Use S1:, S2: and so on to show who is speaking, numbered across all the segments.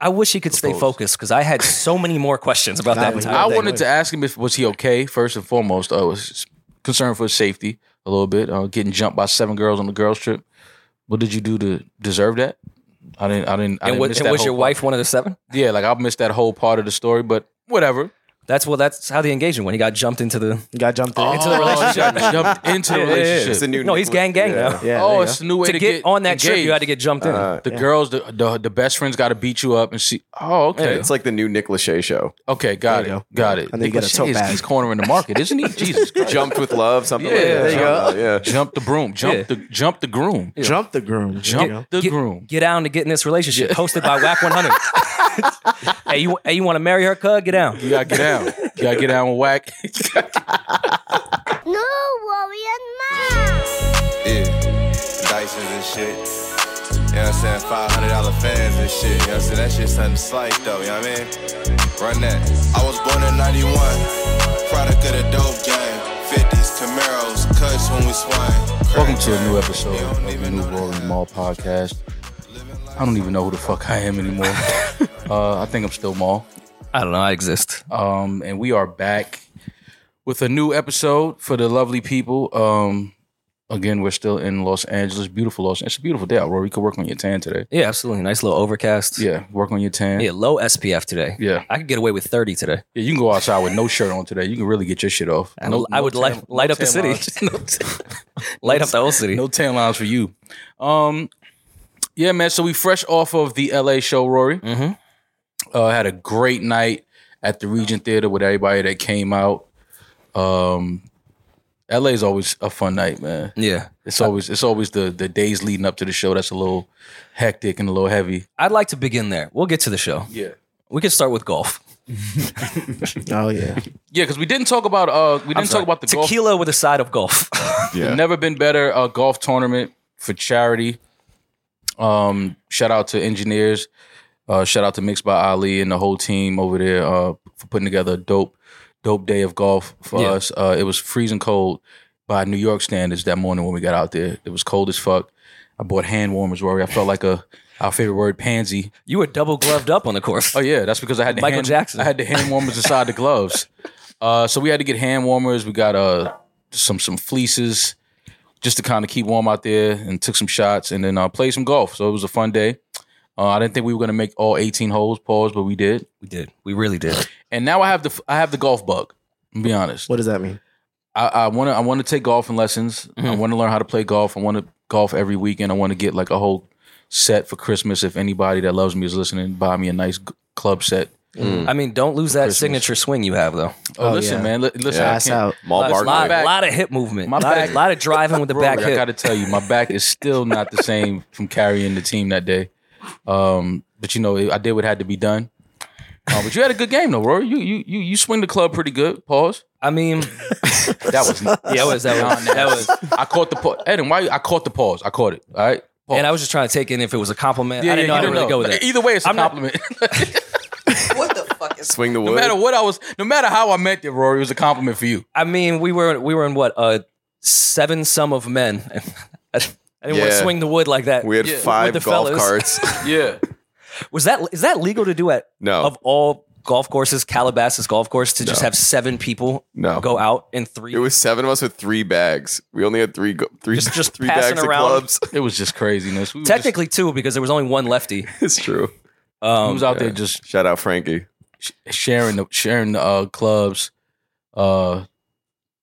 S1: I wish he could stay focused because I had so many more questions about that
S2: but he-
S1: entire
S3: I
S1: thing.
S3: wanted to ask him if was he okay first and foremost. I was concerned for his safety a little bit, uh, getting jumped by seven girls on the girls trip. What did you do to deserve that? I didn't. I didn't. I
S1: and
S3: didn't
S1: what,
S3: miss
S1: and
S3: that
S1: was
S3: whole
S1: your
S3: part.
S1: wife one of the seven?
S3: Yeah, like I missed that whole part of the story, but whatever.
S1: That's well. That's how the engagement went. He got jumped into the
S2: You got jumped
S3: Oh,
S2: in.
S1: into the relationship.
S3: Jumped into the
S1: Yeah, yeah, yeah.
S3: relationship.
S4: It's a new
S1: No, he's gang gang
S4: Yeah.
S1: now.
S2: yeah,
S3: oh,
S2: there you
S3: it's a new way
S1: To
S3: to,
S1: get, on that trip, you
S3: engaged.
S1: had to get jumped in.
S4: Uh,
S3: The girls, the, the the best friends, got to beat you up and see. Oh, okay,
S4: It's like the new Nick Lachey show.
S3: okay, got it,
S2: There you go.
S3: got it.
S2: And then you get a
S3: Shit,
S2: tote
S3: he's-
S2: bag.
S3: He's cornering the market, isn't he? Jesus, Christ.
S4: Jumped with love, something
S3: Yeah,
S4: like
S3: there
S4: that.
S3: you
S4: Something like- Yeah.
S3: jump the broom, jump
S1: Yeah.
S3: the jump the groom,
S2: go. jump the groom.
S3: jump
S2: Jump.
S3: the
S1: get,
S3: groom.
S1: Get down to get in this relationship. Hosted by Whack 100. hey, you hey, you want to marry her, cuz? Get down.
S3: You gotta get down. You gotta get down and whack.
S5: No worry and mom.
S6: Yeah, Dysons and shit. You know what I'm saying? $500 fans and shit. You know what I'm saying? That shit's something slight though, you know what I mean? Run that. I was born in 91, product of the dope game. 50s, Camaros, cuts when we swing.
S3: Welcome to a new episode of the New Rolling Mall Podcast. I don't even know who the fuck I am anymore. uh, I think I'm still Mall.
S1: I don't know. I exist.
S3: Um, and we are back with a new episode for the lovely people. Um, again, we're still in Los Angeles, beautiful Los. It's a beautiful day out, Rory. You could work on your tan today.
S1: Yeah, absolutely. Nice little overcast.
S3: Yeah, work on your tan.
S1: Yeah, low SPF today.
S3: Yeah.
S1: I could get away with 30 today.
S3: Yeah, you can go outside with no shirt on today. You can really get your shit off.
S1: I,
S3: No-
S1: I would
S3: no
S1: light,
S3: tan-
S1: light
S3: no
S1: up the
S3: tan
S1: city.
S3: lines.
S1: No t- light up the whole city.
S3: No tan lines for you. Um, yeah, man. So we fresh off of the LA show, Rory.
S1: Mhm.
S3: Uh, had a great night at the Regent Theater with everybody that came out. Um, LA is always a fun night, man.
S1: Yeah.
S3: It's always it's always the the days leading up to the show that's a little hectic and a little heavy.
S1: I'd like to begin there. We'll get to the show.
S3: Yeah.
S1: We can start with golf.
S2: Oh yeah.
S3: Yeah, because we didn't talk about uh we didn't talk about the golf
S1: Tequila with a side of golf.
S4: Yeah.
S3: Never been better uh, golf tournament for charity. Um, shout out to engineers. Uh, shout out to Mixed by Ali and the whole team over there uh, for putting together a dope, dope day of golf for
S1: Yeah.
S3: us. Uh, it was freezing cold by New York standards that morning when we got out there. It was cold as fuck. I bought hand warmers, Rory. I felt like a our favorite word, pansy.
S1: you were double gloved up on the course.
S3: Oh yeah, that's because I had the
S1: Michael
S3: hand,
S1: Jackson.
S3: I had the hand warmers inside the gloves. Uh, so we had to get hand warmers. We got uh some some fleeces just to kind of keep warm out there, and took some shots, and then uh, played some golf. So it was a fun day. Uh, I didn't think we were gonna make all 18 holes, pause, but we did.
S1: We did. We really did.
S3: And now I have the I have the golf bug. I'm be honest.
S2: What does that mean?
S3: I, I want to I want to take golfing lessons.
S1: Mm-hmm.
S3: I want to learn how to play golf. I want to golf every weekend. I want to get like a whole set for Christmas. If anybody that loves me is listening, buy me a nice g- club set.
S1: I mean, don't lose that
S3: Christmas.
S1: signature swing you have, though.
S3: Oh,
S2: Oh,
S3: listen,
S2: yeah.
S3: man. li- Listen, I
S2: Pass
S3: can't-
S2: out.
S4: Mall
S1: A lot,
S3: back-
S4: Barkley.
S1: lot of hip movement.
S3: My
S1: lot, of-
S3: back-
S1: lot of driving with the back
S3: Rory, I
S1: hip.
S3: got to tell you, my back is still not the same from carrying the team that day. Um, but you know, I did what had to be done. Uh, but you had a good game though, Rory. You you you you swing the club pretty good. Pause.
S1: I mean,
S3: That was yeah,
S1: that was that was that was.
S3: I caught the pause. Eden, why you- I caught the pause? I caught it. All right. Pause.
S1: And I was just trying to take in if it was a compliment. I didn't know
S3: you
S1: how to
S3: don't
S1: really go with
S3: Like,
S1: that.
S3: Either way, it's a
S1: I'm not-
S3: compliment.
S7: What the fuck is
S4: Swing the
S3: no
S4: wood.
S3: matter what I was, no matter how I meant it, Rory, it was a compliment for you.
S1: I mean, we were we were in what uh seven sum of men. I didn't want to
S4: Yeah.
S1: swing the wood like that.
S4: We had
S3: Yeah.
S4: five
S1: With the
S4: golf
S1: fellas.
S4: carts.
S3: Yeah.
S1: Was that is that legal to do at
S3: Oh.
S4: No.
S1: of all golf courses, Calabasas golf course, to just have seven people
S3: Oh.
S4: No.
S1: go out in three?
S4: It was seven of us with three bags. We only had three go- three
S1: Just- just
S4: three
S1: passing
S4: bags of
S1: around.
S4: clubs.
S3: It was just craziness. We were just-
S1: technically two because there was only one lefty.
S4: it's true.
S3: we
S1: Um,
S3: was out there just
S4: Shout out Frankie.
S3: sharing the sharing the uh, clubs. Uh,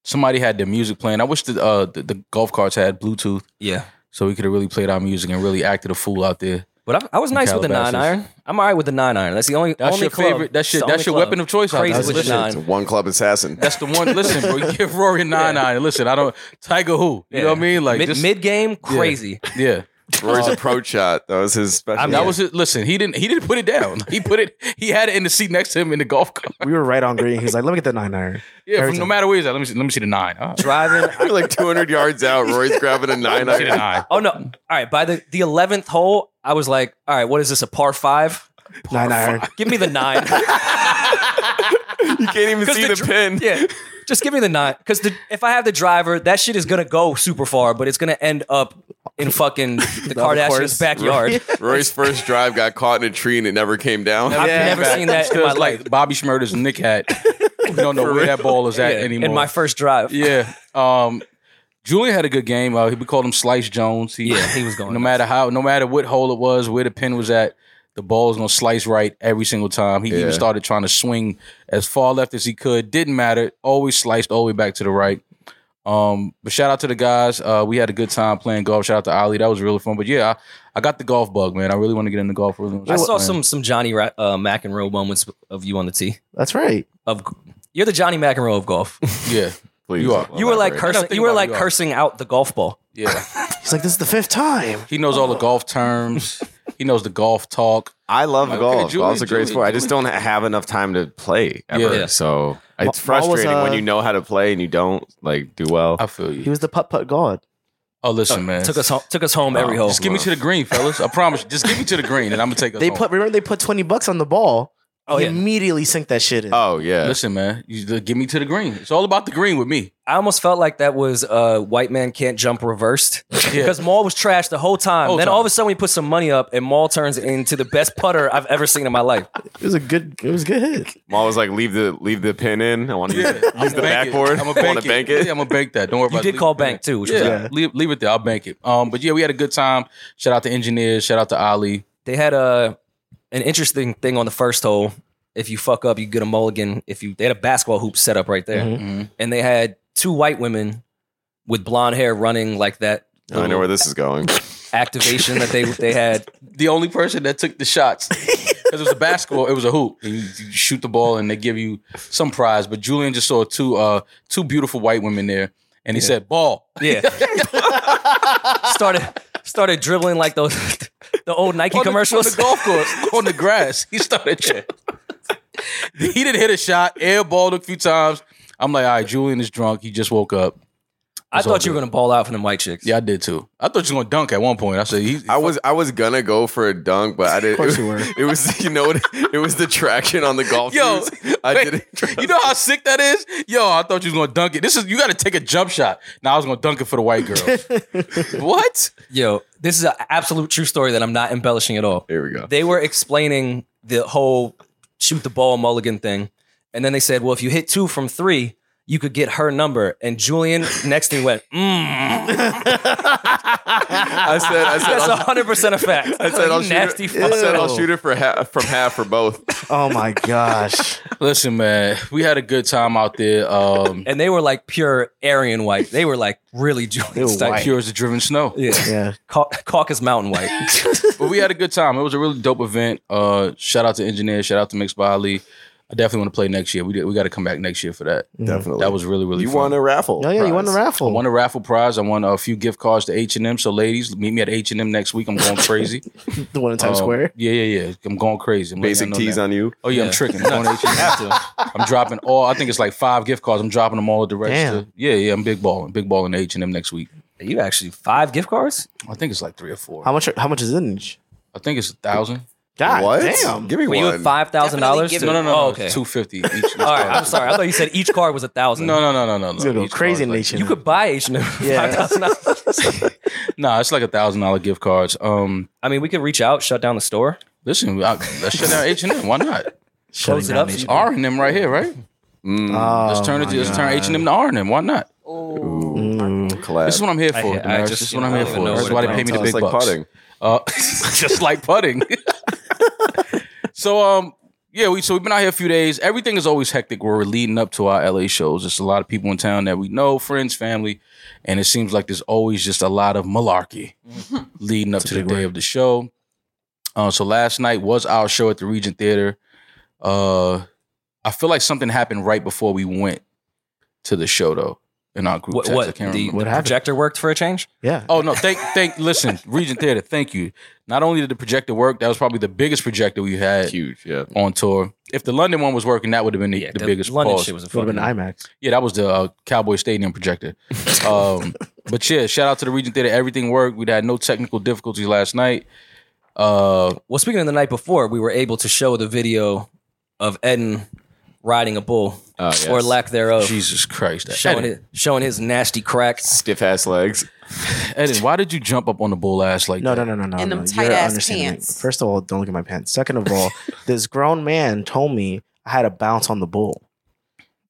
S3: somebody had their music playing. I wish the, uh, the the golf carts had Bluetooth,
S1: yeah,
S3: so we could have really played our music and really acted a fool out there.
S1: but I, I was nice with the nine
S3: Calabasas.
S1: iron. I'm all right with the nine iron. That's the only
S3: That's
S1: only
S3: your
S1: club.
S3: favorite. That's your
S1: It's the
S3: that's your
S1: only club.
S3: weapon of choice.
S1: Crazy
S3: out
S1: with
S3: there.
S1: the
S3: Listen,
S1: nine.
S4: It's one club assassin.
S3: That's the one. Listen, bro, you give Rory a nine iron. Listen, I don't Tiger who. You know what I mean? Like
S1: mid,
S3: just-
S1: mid game, crazy.
S3: Yeah.
S4: Rory's approach shot. That was his special.
S3: That was it. Listen, he didn't. He didn't put it down. He put it. He had it in the seat next to him in the golf cart.
S2: We were right on green. He was like, "Let me get the nine iron."
S3: Yeah,
S2: Every
S3: from no
S2: time.
S3: matter where he's at. Let me see. Let me see the nine. All right.
S1: Driving.
S4: We're like 200 yards out. Roy's grabbing a nine
S3: Let me see the
S4: iron.
S3: nine.
S1: Oh no! All right, by the the eleventh hole, I was like, all right, what is this? A par five?
S2: Nine iron.
S1: Give me the nine.
S4: You can't even
S1: 'Cause
S4: see
S1: the
S4: the,
S1: dr-
S4: pin.
S1: yeah, just give me the nine. Because if I have the driver, that shit is gonna go super far, but it's gonna end up in fucking the
S2: course.
S1: Kardashians' backyard.
S4: Roy's first drive got caught in a tree and it never came down.
S1: I've never
S3: Back.
S1: seen that in my
S3: Because
S1: life.
S3: like Bobby Schmurder's Nick hat. We don't know where that ball is at
S1: Yeah,
S3: anymore.
S1: In my first drive.
S3: yeah. Um, Julian had a good game. Uh, we called him Slice Jones. He,
S1: Yeah, he was going
S3: No
S1: nuts.
S3: matter how, no matter what hole it was, where the pin was at, the ball was gonna slice right every single time. He
S4: Yeah.
S3: even started trying to swing as far left as he could. Didn't matter. Always sliced all the way back to the right. Um, but shout out to the guys. Uh, we had a good time playing golf. Shout out to Ali. That was really fun. But yeah, I, I got the golf bug, man. I really want to get into golf. Really wanna
S1: I
S3: start
S1: saw
S3: playing.
S1: some some Johnny Ra- uh, McEnroe moments of you on the tee.
S2: That's right.
S1: Of you're the Johnny McEnroe of golf.
S3: Yeah,
S4: Please.
S3: You are.
S1: You were like
S4: Elaborate.
S1: cursing.
S3: think
S1: You were
S3: about it,
S1: like
S3: you are.
S1: cursing out the golf ball.
S3: yeah.
S2: He's like, this is the fifth time.
S3: He knows all the golf terms. he knows the golf talk.
S4: I love
S3: Okay,
S4: golf.
S3: Julie,
S4: Golf's a great
S3: Julie,
S4: sport. I just don't have enough time to play ever.
S1: Yeah.
S4: So it's
S2: Ma- Ma was,
S4: frustrating when
S2: uh,
S4: you know how to play and you don't like do well.
S3: I feel you.
S2: He was the putt putt god.
S3: Oh, listen, man.
S1: Took us home. Took us home every hole.
S3: Oh, Just give me to the green, fellas. I promise. you. Just give me to the green, and I'm gonna take us.
S2: They
S3: home.
S2: put remember they put twenty bucks on the ball.
S1: Oh,
S2: Oh,
S1: yeah.
S2: immediately sink that shit in.
S4: oh yeah.
S3: Listen, man. You the, give me to the green. It's all about the green with me.
S1: I almost felt like that was uh, white man can't jump reversed because Maul was trash the whole time.
S3: Whole
S1: then
S3: time.
S1: all of a sudden we put some money up and Maul turns into the best putter I've ever seen in my life.
S2: It was a good. It was a good hit.
S4: Ma was like, leave the leave the pin in. I want to use,
S3: I'ma
S4: use the
S3: bank it.
S4: backboard.
S3: I'ma
S4: I want to bank it.
S3: Yeah, I'm gonna bank that. Don't worry about it.
S1: did
S3: Leave
S1: call
S3: it there.
S1: bank, too, which
S3: yeah,
S1: was
S2: good.
S3: leave, leave it there. I'll bank it. Um, but yeah, we had a good time. Shout out to engineers. Shout out to Ali.
S1: They had a an interesting thing on the first hole. If you fuck up, you get a mulligan. If you they had a basketball hoop set up right there,
S3: Mhm.
S1: and they had two white women with blonde hair running like that
S4: I know where this is going.
S1: activation that they they had.
S3: The only person that took the shots because it was a basketball. It was a hoop. And you, you shoot the ball, and they give you some prize. But Julian just saw two uh two beautiful white women there, and he said, "Ball."
S1: Yeah, started started dribbling like those the old Nike
S3: on the-
S1: commercials.
S3: on the golf course on the grass. He started. he didn't hit a shot. Airballed a few times. I'm like, all right, Julian is drunk. He just woke up.
S1: I
S3: It's all
S1: thought you were gonna ball out from the white chicks.
S3: Yeah, I did too. I thought you were gonna dunk at one point. I said, he,
S4: I was I was gonna go for a dunk, but I didn't.
S2: course
S4: it,
S2: you were.
S4: It was you know what, it was the traction on the golf.
S3: Yo,
S4: shoes. I
S3: wait,
S4: didn't. trust-
S3: You know how sick that is? Yo, I thought you was gonna dunk it. This is you gotta take a jump shot. Now I was gonna dunk it for the white girls. what?
S1: Yo, this is an absolute true story that I'm not embellishing at all.
S4: Here we go.
S1: They were explaining the whole shoot the ball mulligan thing. And then they said, well, if you hit two from three, you could get her number. And Julian next to me went, mm,
S4: I said I said
S1: that's
S4: I'll,
S1: 100% a fact.
S4: I said
S1: You
S4: I'll
S1: nasty
S4: shoot. It,
S1: fuck.
S4: I said I'll
S2: Ew.
S4: shoot it for half, from half for both.
S2: Oh my gosh.
S3: Listen, man, we had a good time out there. Um
S1: And they were like pure Aryan white. They were like really Julian
S2: were
S1: style.
S2: white.
S3: pure as the driven snow.
S1: Yeah.
S2: yeah.
S1: Cau- Caucus Mountain white.
S3: but we had a good time. It was a really dope event. Uh, shout out to engineer. Shout out to Mix by Ali. I definitely want to play next year. We did, we got to come back next year for that.
S4: Definitely.
S3: That was really really.
S4: you
S3: fun.
S4: won a raffle.
S2: Oh yeah. You won the
S4: prize.
S2: raffle.
S3: I won a raffle prize. I won a few gift cards to H and M. So ladies, meet me at H and M next week. I'm going crazy.
S2: the one in Times
S3: Um,
S2: Square.
S3: Yeah, yeah, yeah. I'm going crazy. I'm letting
S4: Basic
S3: y'all know
S4: tease
S3: that.
S4: on you.
S3: Oh yeah, I'm tricking. I'm going to H&M. I'm dropping all. I think it's like five gift cards. I'm dropping them all at the register.
S2: Damn.
S3: Yeah, yeah. I'm big balling. Big balling H and M next week.
S1: you actually five gift cards?
S3: I think it's like three or four.
S2: How much? How much is it in each?
S3: I think it's a thousand.
S2: God
S4: what?
S2: Ah, damn.
S4: Give me
S1: Were you
S4: one.
S1: at $5,000?
S7: Definitely give
S1: to-
S3: No, no, no.
S1: Oh,
S3: okay.
S1: okay.
S3: Two fifty each.
S1: All right. I'm sorry. I thought you said each card was a thousand.
S3: No, no, no, no, no.
S2: It's gonna go crazy in nature.
S1: You could buy H&M for
S2: Yeah.
S1: $5,000.
S3: Nah, it's like a thousand dollar gift cards. Um,
S1: I mean, we could reach out, shut down the store.
S3: listen, I, let's shut down H and M. Why not?
S1: close it up.
S2: Shutting down
S3: R and M right here, right?
S2: H&M.
S4: Mm,
S2: Oh,
S3: Let's um, turn it.
S2: my
S3: to- Let's turn
S2: God.
S3: H and M to R and M. Why not?
S7: Ooh.
S2: Mm.
S4: collab.
S3: This is what I'm here for.
S1: I- I
S3: Damaris.
S1: just-
S3: this is what
S1: you
S3: I'm
S1: know, I
S3: here
S1: don't
S3: for.
S1: even know
S3: That's
S1: what
S3: why they
S1: it
S3: pay me the
S4: It's
S3: big
S4: like
S3: bucks.
S4: putting.
S3: Uh, just like putting. so um yeah, we so we've been out here a few days. Everything is always hectic. We're leading up to our LA shows. There's a lot of people in town that we know, friends, family, and it seems like there's always just a lot of malarkey leading up
S2: That's a
S3: to the
S2: big
S3: day
S2: word.
S3: of the show. Uh, so last night was our show at the Regent Theater. Uh, I feel like something happened right before we went to the show though in our group
S1: What,
S3: text. I
S1: what,
S3: can't
S1: the,
S3: remember.
S2: What
S1: the
S2: happened?
S1: projector worked for a change?
S2: Yeah.
S3: Oh no! Thank, thank. Listen, Regent Theater. Thank you. Not only did the projector work, that was probably the biggest projector we had
S4: Huge. Yeah.
S3: on tour. If the London one was working, that would have been the, the, biggest
S1: London
S3: pause.
S1: shit was a
S2: Would
S1: fucking
S2: have been IMAX.
S3: Yeah, that was the uh, Cowboy Stadium projector. Um, but yeah, shout out to the Regent Theater. Everything worked. We had no technical difficulties last night. Uh,
S1: Well, speaking of the night before, we were able to show the video of Eden riding a bull
S4: Oh, yes.
S1: or lack thereof,
S3: Jesus Christ!
S1: showing
S3: Eddie.
S1: it, showing his nasty crack.
S4: Stiff ass legs.
S3: Eden, why did you jump up on the bull ass like
S2: No,
S3: that?
S2: no, no, no, no.
S7: In them
S2: no.
S7: tight
S2: You're
S7: ass
S2: understanding me.
S7: pants.
S2: First of all, don't look at my pants. Second of all, this grown man told me I had to bounce on the bull.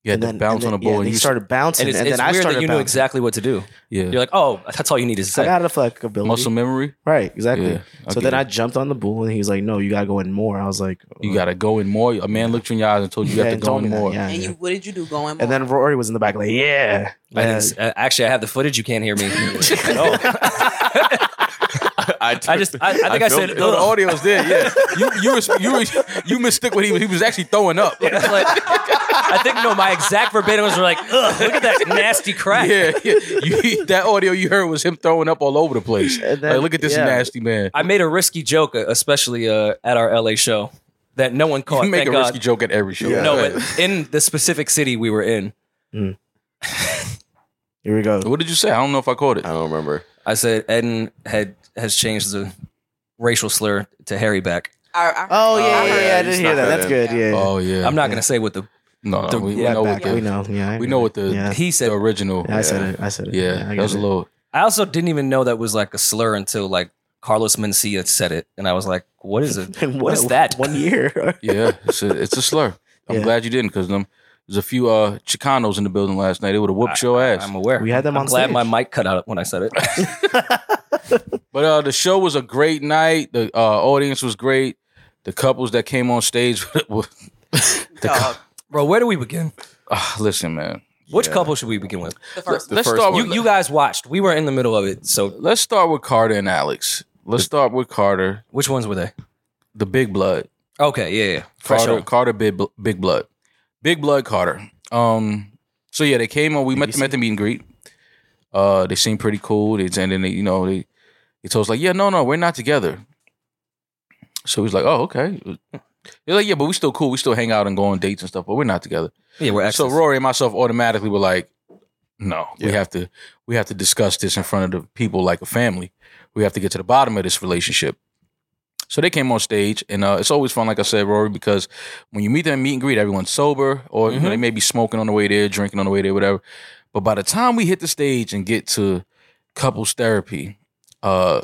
S3: You had to bounce on
S2: and then-
S3: the bull
S2: yeah,
S3: and
S2: he
S3: you
S2: started bouncing,
S1: And
S2: and,
S1: it's, it's
S2: then I
S1: weird
S2: started
S1: that you knew
S2: bouncing.
S1: exactly what to do.
S3: yeah.
S1: You're like, oh, that's all you need to
S2: I
S1: say.
S2: got a flexibility.
S3: muscle memory.
S2: Right, exactly.
S3: Yeah, I
S2: so
S3: get
S2: then I
S3: it.
S2: jumped on the bull, and he was like, "No, you gotta go in more." I was like,
S3: You gotta go in more. A man looked you in your eyes and told you you
S2: Yeah,
S3: have to
S2: he
S3: go
S2: told
S3: in
S2: me that,
S3: more.
S2: yeah,
S7: And
S2: yeah.
S7: you, what did you do going?
S2: And then Rory was in the back, like, "Yeah,
S1: I didn't
S2: yeah."
S1: s- uh, actually, I have the footage. You can't hear me. at all.
S4: I,
S1: I just, I, I think I,
S4: filmed
S1: said,
S4: it.
S3: No, the
S1: "Ugh."
S3: audio's there. Yeah, you you was, you was, you mistook what he was. He was actually throwing up. Yeah,
S1: It's like- I think no, my exact verbatims were like, Ugh, look at that nasty crack.
S3: yeah. You, that audio you heard was him throwing up all over the place.
S2: And then-
S3: like, look at this
S2: yeah.
S3: nasty man.
S1: I made a risky joke, uh, especially uh, at our LA show, that no one caught.
S3: You make
S1: thank
S3: a
S1: God.
S3: risky joke at every show.
S4: Yeah.
S1: No, but in the specific city we were in,
S2: Here we go. Oh,
S3: What did you say? I don't know if I caught it.
S4: I don't remember.
S1: I said Eden had has changed the racial slur to Harry back.
S2: Oh yeah,
S4: Oh,
S2: yeah,
S4: yeah,
S2: yeah, I
S4: you
S2: didn't hear
S4: snuck
S2: that.
S4: that
S2: That's
S4: in.
S2: good. Yeah,
S3: Oh yeah.
S1: I'm not gonna say what the
S3: No, no.
S1: the-
S3: We, we
S1: yeah,
S3: know
S2: back.
S3: what
S2: we
S3: the,
S2: know. Yeah, I
S3: we know what the,
S2: Yeah.
S1: he
S3: the
S1: said.
S3: original.
S2: I
S3: Yeah,
S2: said it. I said it. I
S3: that
S2: get
S3: was a
S2: it.
S3: little.
S1: I also didn't even know that was like a slur until like Carlos Mencia said it, and I was like, "What is it?
S2: In
S1: what is that?"
S2: One year.
S3: Yeah, it's a, it's a slur. I'm
S2: Yeah.
S3: glad you didn't because them. There's a few uh, Chicanos in the building last night. They would have whooped your ass.
S1: I'm aware.
S2: We had them
S1: I'm
S2: on
S1: glad
S2: stage.
S1: my mic cut out when I said it.
S3: But uh, the show was a great night. The uh, audience was great. The couples that came on stage, were,
S7: the,
S1: Bro, where do we begin?
S3: uh, listen, man.
S1: Which
S4: Yeah.
S1: couple should we begin with?
S7: the first
S3: Let's
S4: first
S3: start
S4: one.
S3: with
S1: You you guys watched. We were in the middle of it. So
S3: let's start with Carter and Alex. Let's start with Carter,
S1: which ones were they?
S3: the Big Blood.
S1: Okay, yeah, yeah. Fresh
S3: Carter,
S1: on.
S3: Carter, Big, Bl- Big Blood, Big Blood Carter. Um, so yeah, they came on. We met them at the meet and greet. Uh, they seemed pretty cool. They, and then they, you know, they, they told us like, yeah, no, no, we're not together. So he's like, oh, okay. They're like, yeah, but we still cool. We still hang out and go on dates and stuff, but we're not together.
S1: Yeah, we're
S3: So
S1: actually.
S3: Rory and myself automatically were like, no, we
S4: Yeah.
S3: have to we have to discuss this in front of the people like a family. We have to get to the bottom of this relationship. So they came on stage, and uh, it's always fun, like I said, Rory, because when you meet them at meet and greet, everyone's sober, or you know,
S1: Mhm.
S3: they may be smoking on the way there, drinking on the way there, whatever. But by the time we hit the stage and get to couples therapy, uh,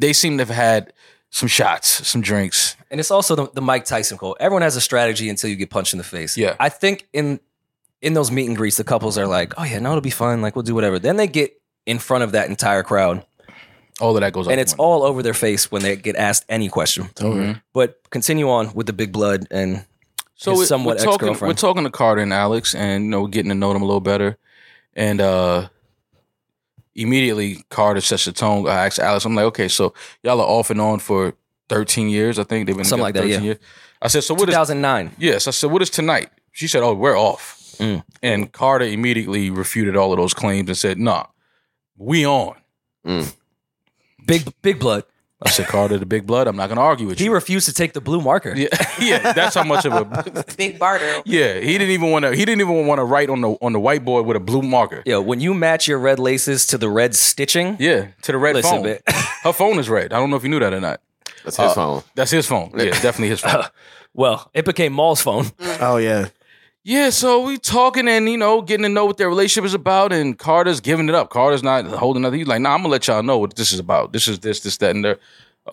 S3: they seem to have had some shots, some drinks.
S1: And it's also the, the Mike Tyson quote. Everyone has a strategy until you get punched in the face.
S3: Yeah.
S1: I think in in those meet and greets, the couples are like, "Oh yeah, no, it'll be fun. Like we'll do whatever." Then they get in front of that entire crowd,
S3: All of that goes on.
S1: and it's all over their face when they get asked any question. But continue on with the big blood, and
S3: So
S1: his
S3: we-
S1: somewhat
S3: we're talking,
S1: ex-girlfriend.
S3: we're talking to Carter and Alex, and you know, we're getting to know them a little better. And uh immediately, Carter sets the tone. I asked Alex, I'm like, okay, so y'all are off and on for 13 years. I think they've been
S1: Something
S3: together
S1: like that,
S3: 13
S1: yeah.
S3: Years. I said, so what is?
S1: 2009.
S3: Yes, I said, what is tonight? She said, oh, we're off.
S1: Mm.
S3: And Carter immediately refuted all of those claims and said, nah, we on.
S1: Big big blood.
S3: I said, Carter, the big blood. I'm not gonna argue with
S1: He
S3: you.
S1: refused to take the blue marker.
S3: yeah, yeah, that's how much of a
S7: big barter.
S3: yeah. He didn't even want to. He didn't even want to write on the on the whiteboard with a blue marker.
S1: Yo, when you match your red laces to the red stitching,
S3: Yeah, to the red
S1: Listen,
S3: phone.
S1: bit.
S3: Her phone is red. I don't know if you knew that or not.
S4: That's his phone.
S3: That's his phone. Yeah, definitely his phone.
S1: well, it became Maul's phone.
S2: Oh yeah.
S3: Yeah, so we talking and you know getting to know what their relationship is about, and Carter's giving it up. Carter's not holding nothing. He's like, "Nah, I'm gonna let y'all know what this is about. This is this, this, that, and there."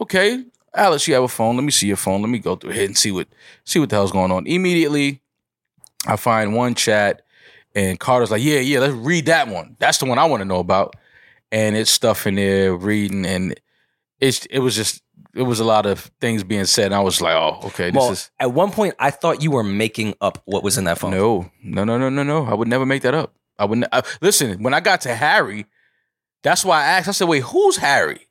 S3: Okay, Alex, you have a phone. Let me see your phone. Let me go through here and see what see what the hell's going on. Immediately, I find one chat, and Carter's like, "Yeah, yeah, let's read that one. That's the one I want to know about." And it's stuff in there reading, and it's it was just it was a lot of things being said. And I was like, "Oh, okay, this
S1: Maul,
S3: is."
S1: at one point, I thought you were making up what was in that phone.
S3: No, no, no, no, no, no. I would never make that up. I would. not listen, when I got to Harry, that's why I asked. I said, "Wait, who's Harry?"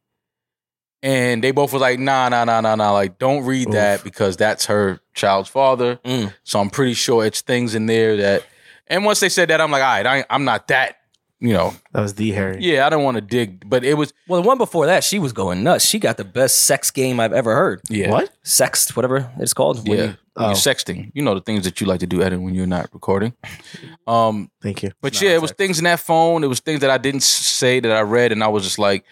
S3: And they both were like, "Nah, nah, nah, nah, nah. Like, don't read that because that's her child's father."
S1: Mm.
S3: So I'm pretty sure it's things in there that. And once they said that, I'm like, "All right, I, ain't- I'm not that." You know,
S2: That was the Harry.
S3: yeah, I don't want to dig, but it was
S1: Well, the one before that, she was going nuts. She got the best sex game I've ever heard.
S3: yeah,
S2: What?
S1: Sext, whatever it's called. When
S3: yeah.
S1: you-
S3: When you're
S2: Oh.
S3: sexting, you know the things that you like to do, Eden, when you're not recording. Um,
S2: Thank you.
S3: But
S1: Nah,
S3: yeah, it was
S1: exactly.
S3: things in that phone. It was things that I didn't s- say that I read, and I was just like,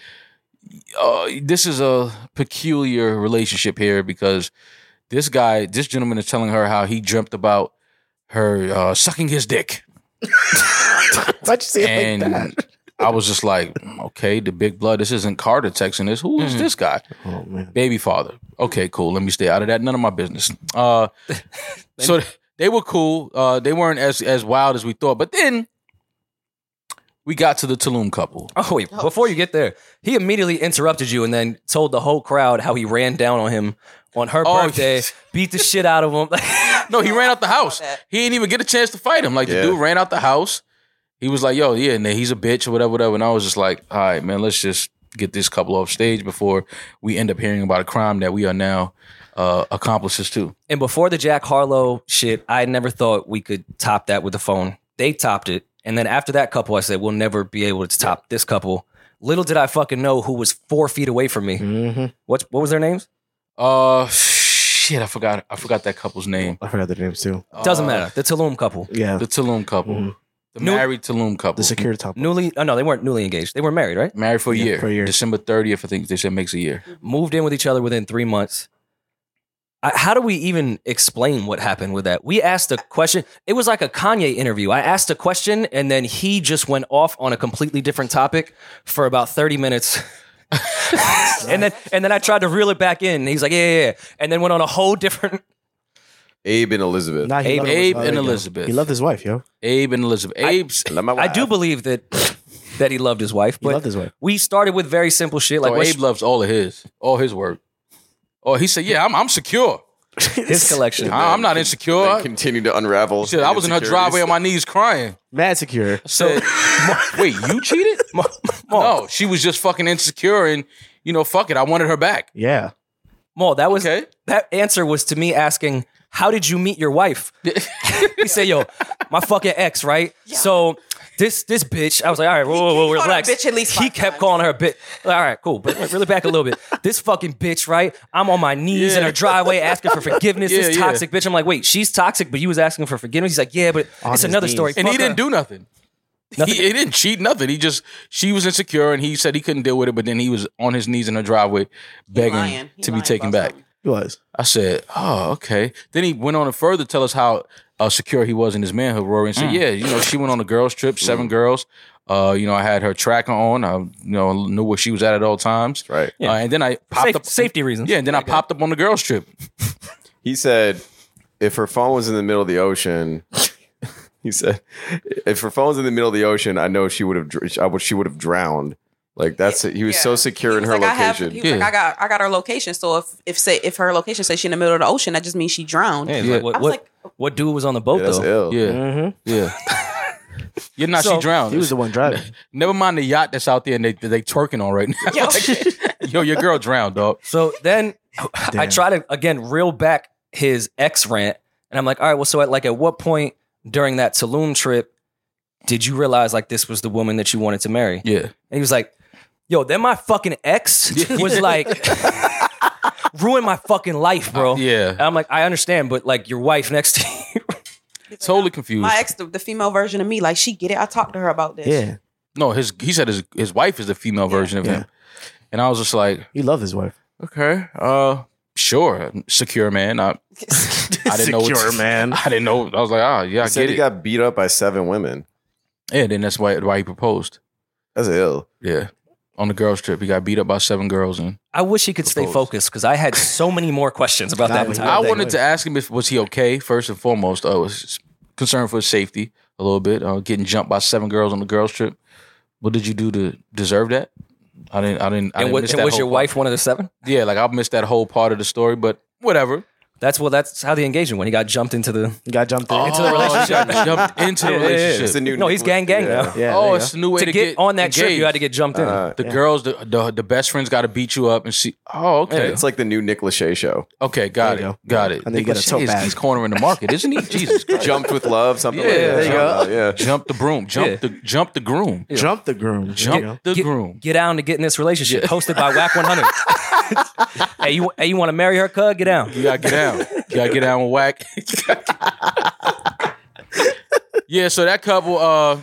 S3: uh, "This is a peculiar relationship here because this guy, this gentleman, is telling her how he dreamt about her uh, sucking his dick,
S2: Why'd you say it
S3: and
S2: like that?
S3: I was just like, "Mm, okay, the big blood. This isn't Carter texting this. Who is this guy?
S2: Oh man.
S3: Baby father. Okay, cool. Let me stay out of that. None of my business. Uh, so they were cool. Uh, they weren't as as wild as we thought. But then we got to the Tulum couple.
S1: Oh wait, before you get there, he immediately interrupted you and then told the whole crowd how he ran down on him on her
S3: Oh,
S1: birthday,
S3: yes.
S1: beat the shit out of him.
S3: No, he ran out the house.
S7: that.
S3: He didn't even get a chance to fight him. Like
S4: Yeah.
S3: the dude ran out the house. He was like, "Yo, yeah, and he's a bitch or whatever, whatever." And I was just like, "All right, man, let's just get this couple off stage before we end up hearing about a crime that we are now uh, accomplices to."
S1: and before the Jack Harlow shit, I never thought we could top that with the phone. They topped it, and then after that couple, I said we'll never be able to top this couple. Little did I fucking know who was four feet away from
S3: Mm.
S1: me.
S2: hmm
S1: What what was their names?
S3: Uh, shit, I forgot. I forgot that couple's name.
S2: I forgot the names too.
S1: Doesn't
S3: Uh,
S1: matter. The Tulum couple,
S2: Yeah.
S3: The Tulum couple,
S2: Mhm.
S3: the
S1: No-
S3: married Tulum couple,
S2: The security top.
S1: newly. Oh no, they weren't newly engaged. They were married, right?
S3: married for a
S2: Yeah,
S3: year.
S2: for a year.
S3: December thirtieth, I think they said makes a year.
S2: Mm-hmm.
S1: Moved in with each other within three months. I, how do we even explain what happened with that? We asked a question. It was like a Kanye interview. I asked a question, and then he just went off on a completely different topic for about thirty minutes. and then and then I tried to reel it back in. and He's like, yeah, yeah, yeah, and then went on a whole different.
S4: Abe and Elizabeth.
S2: Nah, he
S1: Abe-
S2: loved his
S3: Abe
S2: wife,
S3: and
S2: yo.
S3: Elizabeth.
S2: He loved his wife, yo.
S3: Abe and Elizabeth. Abe's.
S4: Let my
S1: I
S4: wife.
S1: do believe that that he loved his wife,
S2: He
S1: but
S2: loved his wife.
S1: we started with very simple shit like
S3: Like
S1: what's
S3: oh, Abe loves all of his, all his work. Oh, he said, "Yeah, I'm, I'm secure.
S1: his collection.
S3: I, am not
S4: They
S3: insecure." He
S4: continue to unravel.
S3: said, "I was in her driveway on my knees crying."
S2: Mad secure.
S3: I said, "Wait, you cheated? No, she was just fucking insecure, and you know, fuck it. I wanted her back."
S2: Yeah.
S1: Well, that was
S3: Okay.
S1: that answer was to me asking, "How did you meet your wife?" he said, "Yo, my fucking ex, right?" So this this bitch, I was like, "All right, whoa, whoa, whoa
S7: he called her
S1: relax."
S7: bitch at least
S1: he
S7: five
S1: kept
S7: times.
S1: calling her a bitch. All right, cool, but really back a little bit. This fucking bitch, right? I'm on my knees in
S3: Yeah.
S1: her driveway asking for forgiveness.
S3: Yeah,
S1: this
S3: yeah.
S1: toxic bitch. I'm like, wait, she's toxic, but you was asking for forgiveness. He's like, yeah, but
S2: On
S1: it's
S2: his
S1: another
S2: knees.
S1: story.
S3: and he
S1: Fuck her.
S3: didn't do nothing. He, he didn't cheat nothing. He just she was insecure, and he said he couldn't deal with it. But then he was on his knees in her driveway, begging
S7: lying. He
S3: to be
S7: lying
S3: taken
S7: about
S3: back.
S7: something.
S2: He was.
S3: I said, "Oh, okay." Then he went on to further tell us how uh, secure he was in his manhood, Rory, and said, "Yeah, you know, she went on a girls trip, seven girls. Uh, you know, I had her tracker on. I, you know, knew where she was at at all times.
S4: Right.
S3: Uh, and then I popped
S1: Safe-
S3: up
S1: safety reasons.
S3: Yeah, and then I popped up on the girls trip.
S4: He said, if her phone was in the middle of the ocean, he said, if her phone was in the middle of the ocean, I know she would have, dr- I would, she would have drowned. Like that's it. He was so
S7: Yeah.
S4: secure
S7: He
S4: in
S7: was
S4: her
S7: like, I have-
S4: location.
S7: he was like,
S3: Yeah.
S7: I got, I got her location. So if, if say, if her location says she in the middle of the ocean, that just means she drowned.
S1: Yeah, he's
S3: Yeah.
S1: like,
S7: I
S1: what,
S7: was
S1: what,
S7: like-
S1: what dude was on the boat
S4: Yeah, that's
S1: though?
S4: ill.
S3: Yeah,
S2: Mm-hmm.
S3: yeah. You're not.
S1: So-
S3: she drowned.
S2: He was the one driving.
S3: Never mind the yacht that's out there and they they twerking on right now.
S7: Yo.
S3: Yo, your girl drowned, dog.
S1: So then I
S2: Damn.
S1: try to again reel back his ex rant, and I'm like, all right, well, so at like at what point during that Tulum trip did you realize like this was the woman that you wanted to marry? And
S3: Yeah.
S1: he was like, yo, then my fucking ex was like ruined my fucking life, bro.
S3: Uh, yeah.
S1: And I'm like, I understand, but like your wife next to you.
S3: Totally confused.
S7: My ex, the, the female version of me, like she get it. I talked to her about this.
S2: Yeah.
S3: no, his he said his his wife is the female version of
S2: Yeah.
S3: him. And I was just like,
S2: He loved his wife.
S3: Okay. Uh sure. Secure man. I, I didn't know what
S2: Secure
S3: to-
S2: man.
S3: I didn't know. I was like, ah, yeah,
S4: He
S3: I
S4: said
S3: get
S4: he
S3: it.
S4: got beat up by seven women.
S3: yeah, then that's why why he proposed.
S4: That's ill.
S3: Yeah. On the girls trip, he got beat up by seven girls and
S1: I wish he could stay
S3: Proposed.
S1: focused because I had so many more questions about
S2: Nah,
S1: that
S2: but he-
S1: entire
S3: I
S2: think-
S3: wanted to ask him if was he okay first and foremost. I was concerned for his safety a little bit. Uh, getting jumped by seven girls on the girls trip. What did you do to deserve that? I didn't. I didn't. I
S1: And,
S3: didn't
S1: what,
S3: miss
S1: and
S3: that
S1: was your
S3: whole-
S1: wife one of the seven?
S3: Yeah, like I missed that whole part of the story, but whatever.
S1: That's well, that's how the engagement went. He got jumped into the
S2: He got jumped in.
S1: Into
S3: Oh.
S1: the relationship.
S3: Jumped into the
S1: Oh. Yeah, yeah, yeah.
S3: relationship.
S4: It's a new
S1: No, he's gang gang
S4: Yeah.
S1: now.
S2: yeah.
S3: oh,
S2: there you
S3: it's a new way
S1: to,
S3: to,
S1: get, on that trip, you had to
S3: engaged.
S1: get jumped in.
S4: Uh,
S3: the girls, the, the the best friends got to beat you up and see. Oh, okay,
S4: It's like the new Nick Lachey show.
S3: okay, got it,
S2: There you go.
S3: got it.
S2: And then you get a
S3: Nigga,
S2: tote
S3: he's,
S2: bag.
S3: he's cornering the market, isn't he? Jesus, Christ.
S4: Jumped with love, something
S3: Yeah,
S4: like that.
S3: there you
S4: Something like- Yeah.
S3: jump the broom, jump
S1: Yeah.
S3: the jump the groom,
S2: go. Jump the groom.
S3: jump
S2: Jump.
S3: the
S1: Get-
S3: groom.
S1: Get down to get in this relationship. Hosted by Whack 100. hey, you, hey, you want to marry her, cuz? Get down.
S3: You gotta get down. You gotta get down with whack. Yeah, so that couple, uh,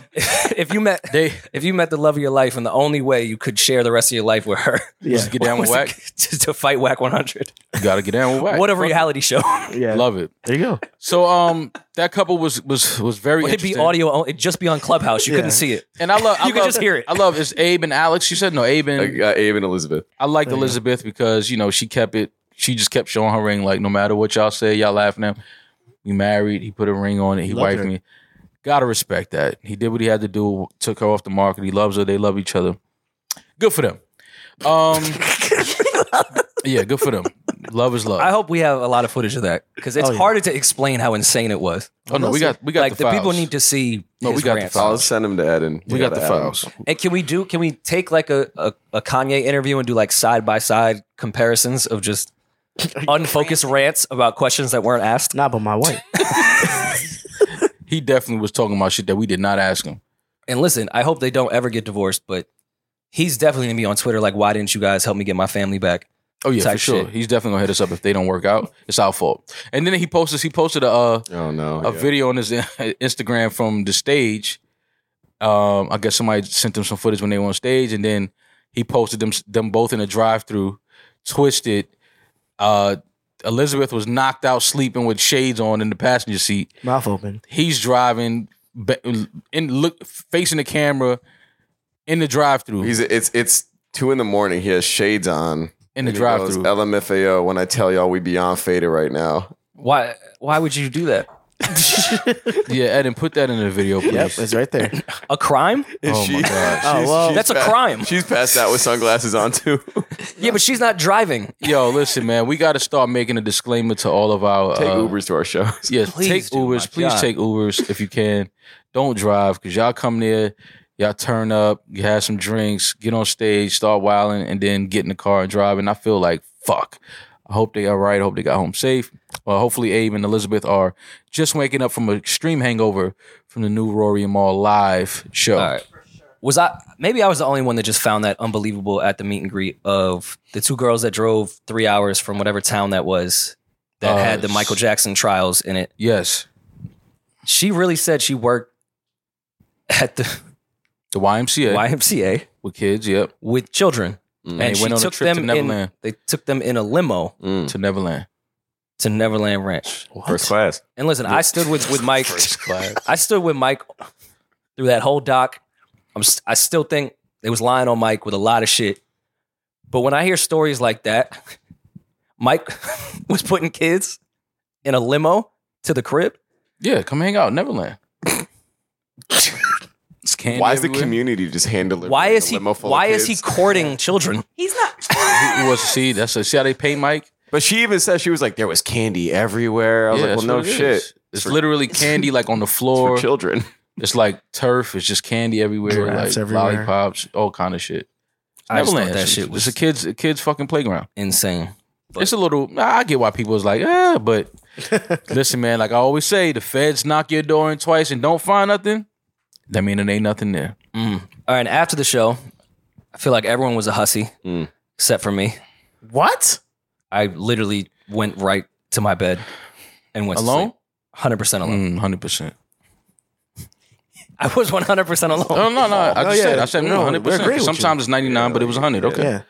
S1: if you met
S3: they
S1: if you met the love of your life and the only way you could share the rest of your life with her
S2: Yeah,
S3: get down with
S1: was
S3: whack.
S1: to, to fight whack 100
S3: You gotta get down with whack.
S1: what a reality show
S2: yeah.
S3: Love it.
S2: There you go.
S3: So um, that couple was was was very
S1: it'd be
S3: interesting.
S1: audio on- it'd just be on clubhouse you
S2: Yeah.
S1: couldn't see it
S3: and I love. I
S1: You can
S3: love-
S1: just hear it.
S3: I love. Is Abe and Alex? You said no. Abe and
S4: Like, uh, Abe and Elizabeth.
S3: I liked
S2: There you go.
S3: Elizabeth because you know she kept it. She just kept showing her ring. Like no matter what y'all say, y'all laughing at. him. We married. He put a ring on it. He
S2: Loved
S3: wiped
S2: her.
S3: me. Gotta respect that. He did what he had to do. Took her off the market. He loves her. They love each other. Good for them. Um, yeah, good for them. Love is love.
S1: i hope we have a lot of footage of that because it's
S2: Oh, yeah.
S1: harder to explain how insane it was
S3: oh no, we got we got
S1: like
S3: the,
S1: the, people
S3: files.
S1: need to see
S3: No, we
S1: his
S3: got the
S1: rants.
S4: I'll send them to Eden.
S3: We got the files.
S1: and can we do can we take like a, a, a kanye interview and do like side by side comparisons of just unfocused rants about questions that weren't asked
S2: Nah, but my wife.
S3: He definitely was talking about shit that we did not ask him.
S1: and listen, I hope they don't ever get divorced, but he's definitely gonna be on Twitter like, why didn't you guys help me get my family back?
S3: Oh yeah, for
S1: Type
S3: sure.
S1: shit.
S3: He's definitely gonna hit us up if they don't work out. It's our fault. And then he posted. He posted a. Uh,
S4: Oh no.
S3: a
S4: yeah.
S3: video on his Instagram from the stage. Um, I guess somebody sent them some footage when they were on stage, and then he posted them them both in a drive through, twisted. Uh, Elizabeth was knocked out sleeping with shades on in the passenger seat.
S2: Mouth open.
S3: He's driving, ba- in look facing the camera in the drive through.
S4: He's it's it's two in the morning. He has shades on.
S3: In the
S4: And he goes,
S3: drive-through.
S4: LMFAO. When I tell y'all we beyond faded right now.
S1: Why why would you do that?
S3: Yeah, Eden, put that in the video, please.
S2: Yep, it's right there.
S1: A crime?
S3: Oh my God.
S2: Oh, well.
S1: That's a
S4: pa-
S1: crime.
S4: She's passed out with sunglasses on too.
S1: Yeah, but she's not driving.
S3: Yo, listen, man, we got to start making a disclaimer to all of our
S4: Take
S3: uh,
S4: Ubers to our shows.
S3: Yes,
S1: Please
S3: take
S1: do, my
S3: Ubers. Please
S1: God.
S3: take Ubers if you can. Don't drive because y'all come there, y'all turn up, you have some drinks, get on stage, start wilding, and then get in the car and drive. And I feel like fuck. I hope they all right. I hope they got home safe. Well, hopefully Abe and Elizabeth are just waking up from an extreme hangover from the new Rory and Maul live show.
S1: All right. Was I maybe I was the only one that just found that unbelievable at the meet and greet of the two girls that drove three hours from whatever town that was that
S3: Uh,
S1: had the Michael
S3: s-
S1: Jackson trials in it.
S3: Yes,
S1: She really said she worked at the
S3: the YMCA
S1: YMCA
S3: with kids. Yep,
S1: with children. And,
S3: Mm. they
S1: she
S3: went on a
S1: took
S3: trip to
S1: them in,
S3: Neverland.
S1: they took them in a limo
S4: Mm.
S3: to Neverland.
S1: to Neverland Ranch.
S4: First class.
S1: And listen, I stood with, with Mike.
S3: class.
S1: I stood with Mike through that whole doc. I'm st- I still think they was lying on Mike with a lot of shit. But when I hear stories like that, Mike was putting kids in a limo to the crib.
S3: Yeah, come hang out Neverland. It's candy
S4: Why is the
S3: everywhere.
S4: community just handling?
S1: Why is he? Why is he courting children?
S7: He's not.
S3: He was see that's see how they pay Mike.
S4: But she even said she was like, there was candy everywhere. I was
S3: Yeah,
S4: like,
S3: that's
S4: well, no
S3: what it is.
S4: shit.
S3: It's
S4: for-
S3: literally candy like on the
S4: It's
S3: floor.
S4: for children.
S3: It's like turf. It's just candy everywhere,
S2: Giraffes
S3: like
S2: everywhere.
S3: lollipops, all kind of shit.
S1: I just thought
S3: Neverland,
S1: that
S3: it's-
S1: shit was
S3: it's a kids a kids fucking playground.
S1: insane. But-
S3: it's a little. I get why people is like, ah, but listen, man. Like I always say, the feds knock your door in twice and don't find nothing. That mean it ain't nothing there.
S1: All right, and after the show, I feel like everyone was a hussy
S4: Mm.
S1: except for me.
S2: What?
S1: I literally went right to my bed and went
S3: Alone, Mm.
S1: Hundred percent alone.
S3: hundred percent.
S1: I was one hundred percent alone.
S3: No, no, no. I
S2: Oh,
S3: just
S2: yeah.
S3: said, I said
S2: No,
S3: no,
S2: we
S3: hundred
S2: agree
S3: percent.
S2: with
S3: Sometimes it's ninety nine, but it was hundred. Okay.
S2: Yeah.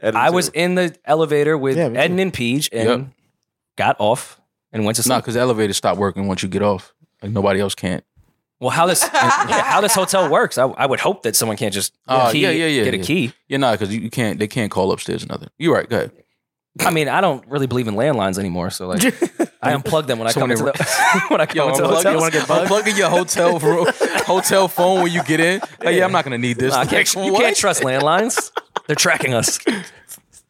S4: Edmonton.
S1: I was in the elevator with
S2: Yeah, me too.
S1: Eden and Peach and
S3: Yep.
S1: got off and went to
S3: It's not
S1: sleep.
S3: because the elevator stopped working once you get off. Like nobody else can't.
S1: well, how this yeah, how this hotel works? I, I would hope that someone can't just
S3: Oh,
S1: key-
S3: yeah, yeah, yeah,
S1: get a
S3: yeah.
S1: key.
S3: Yeah, nah, because you, you can't. They can't call upstairs and nothing. You're right. Go ahead.
S1: I mean, I don't really believe in landlines anymore, so like I unplug them when I
S3: So
S1: come
S3: when
S1: into the, when I come into
S3: unplug-
S1: hotels.
S3: you unplug your hotel room, hotel phone when you get in. Like, yeah, I'm not gonna need this.
S1: Nah, Uh, I
S3: Like,
S1: can't, you
S3: what?
S1: can't trust landlines. They're tracking us.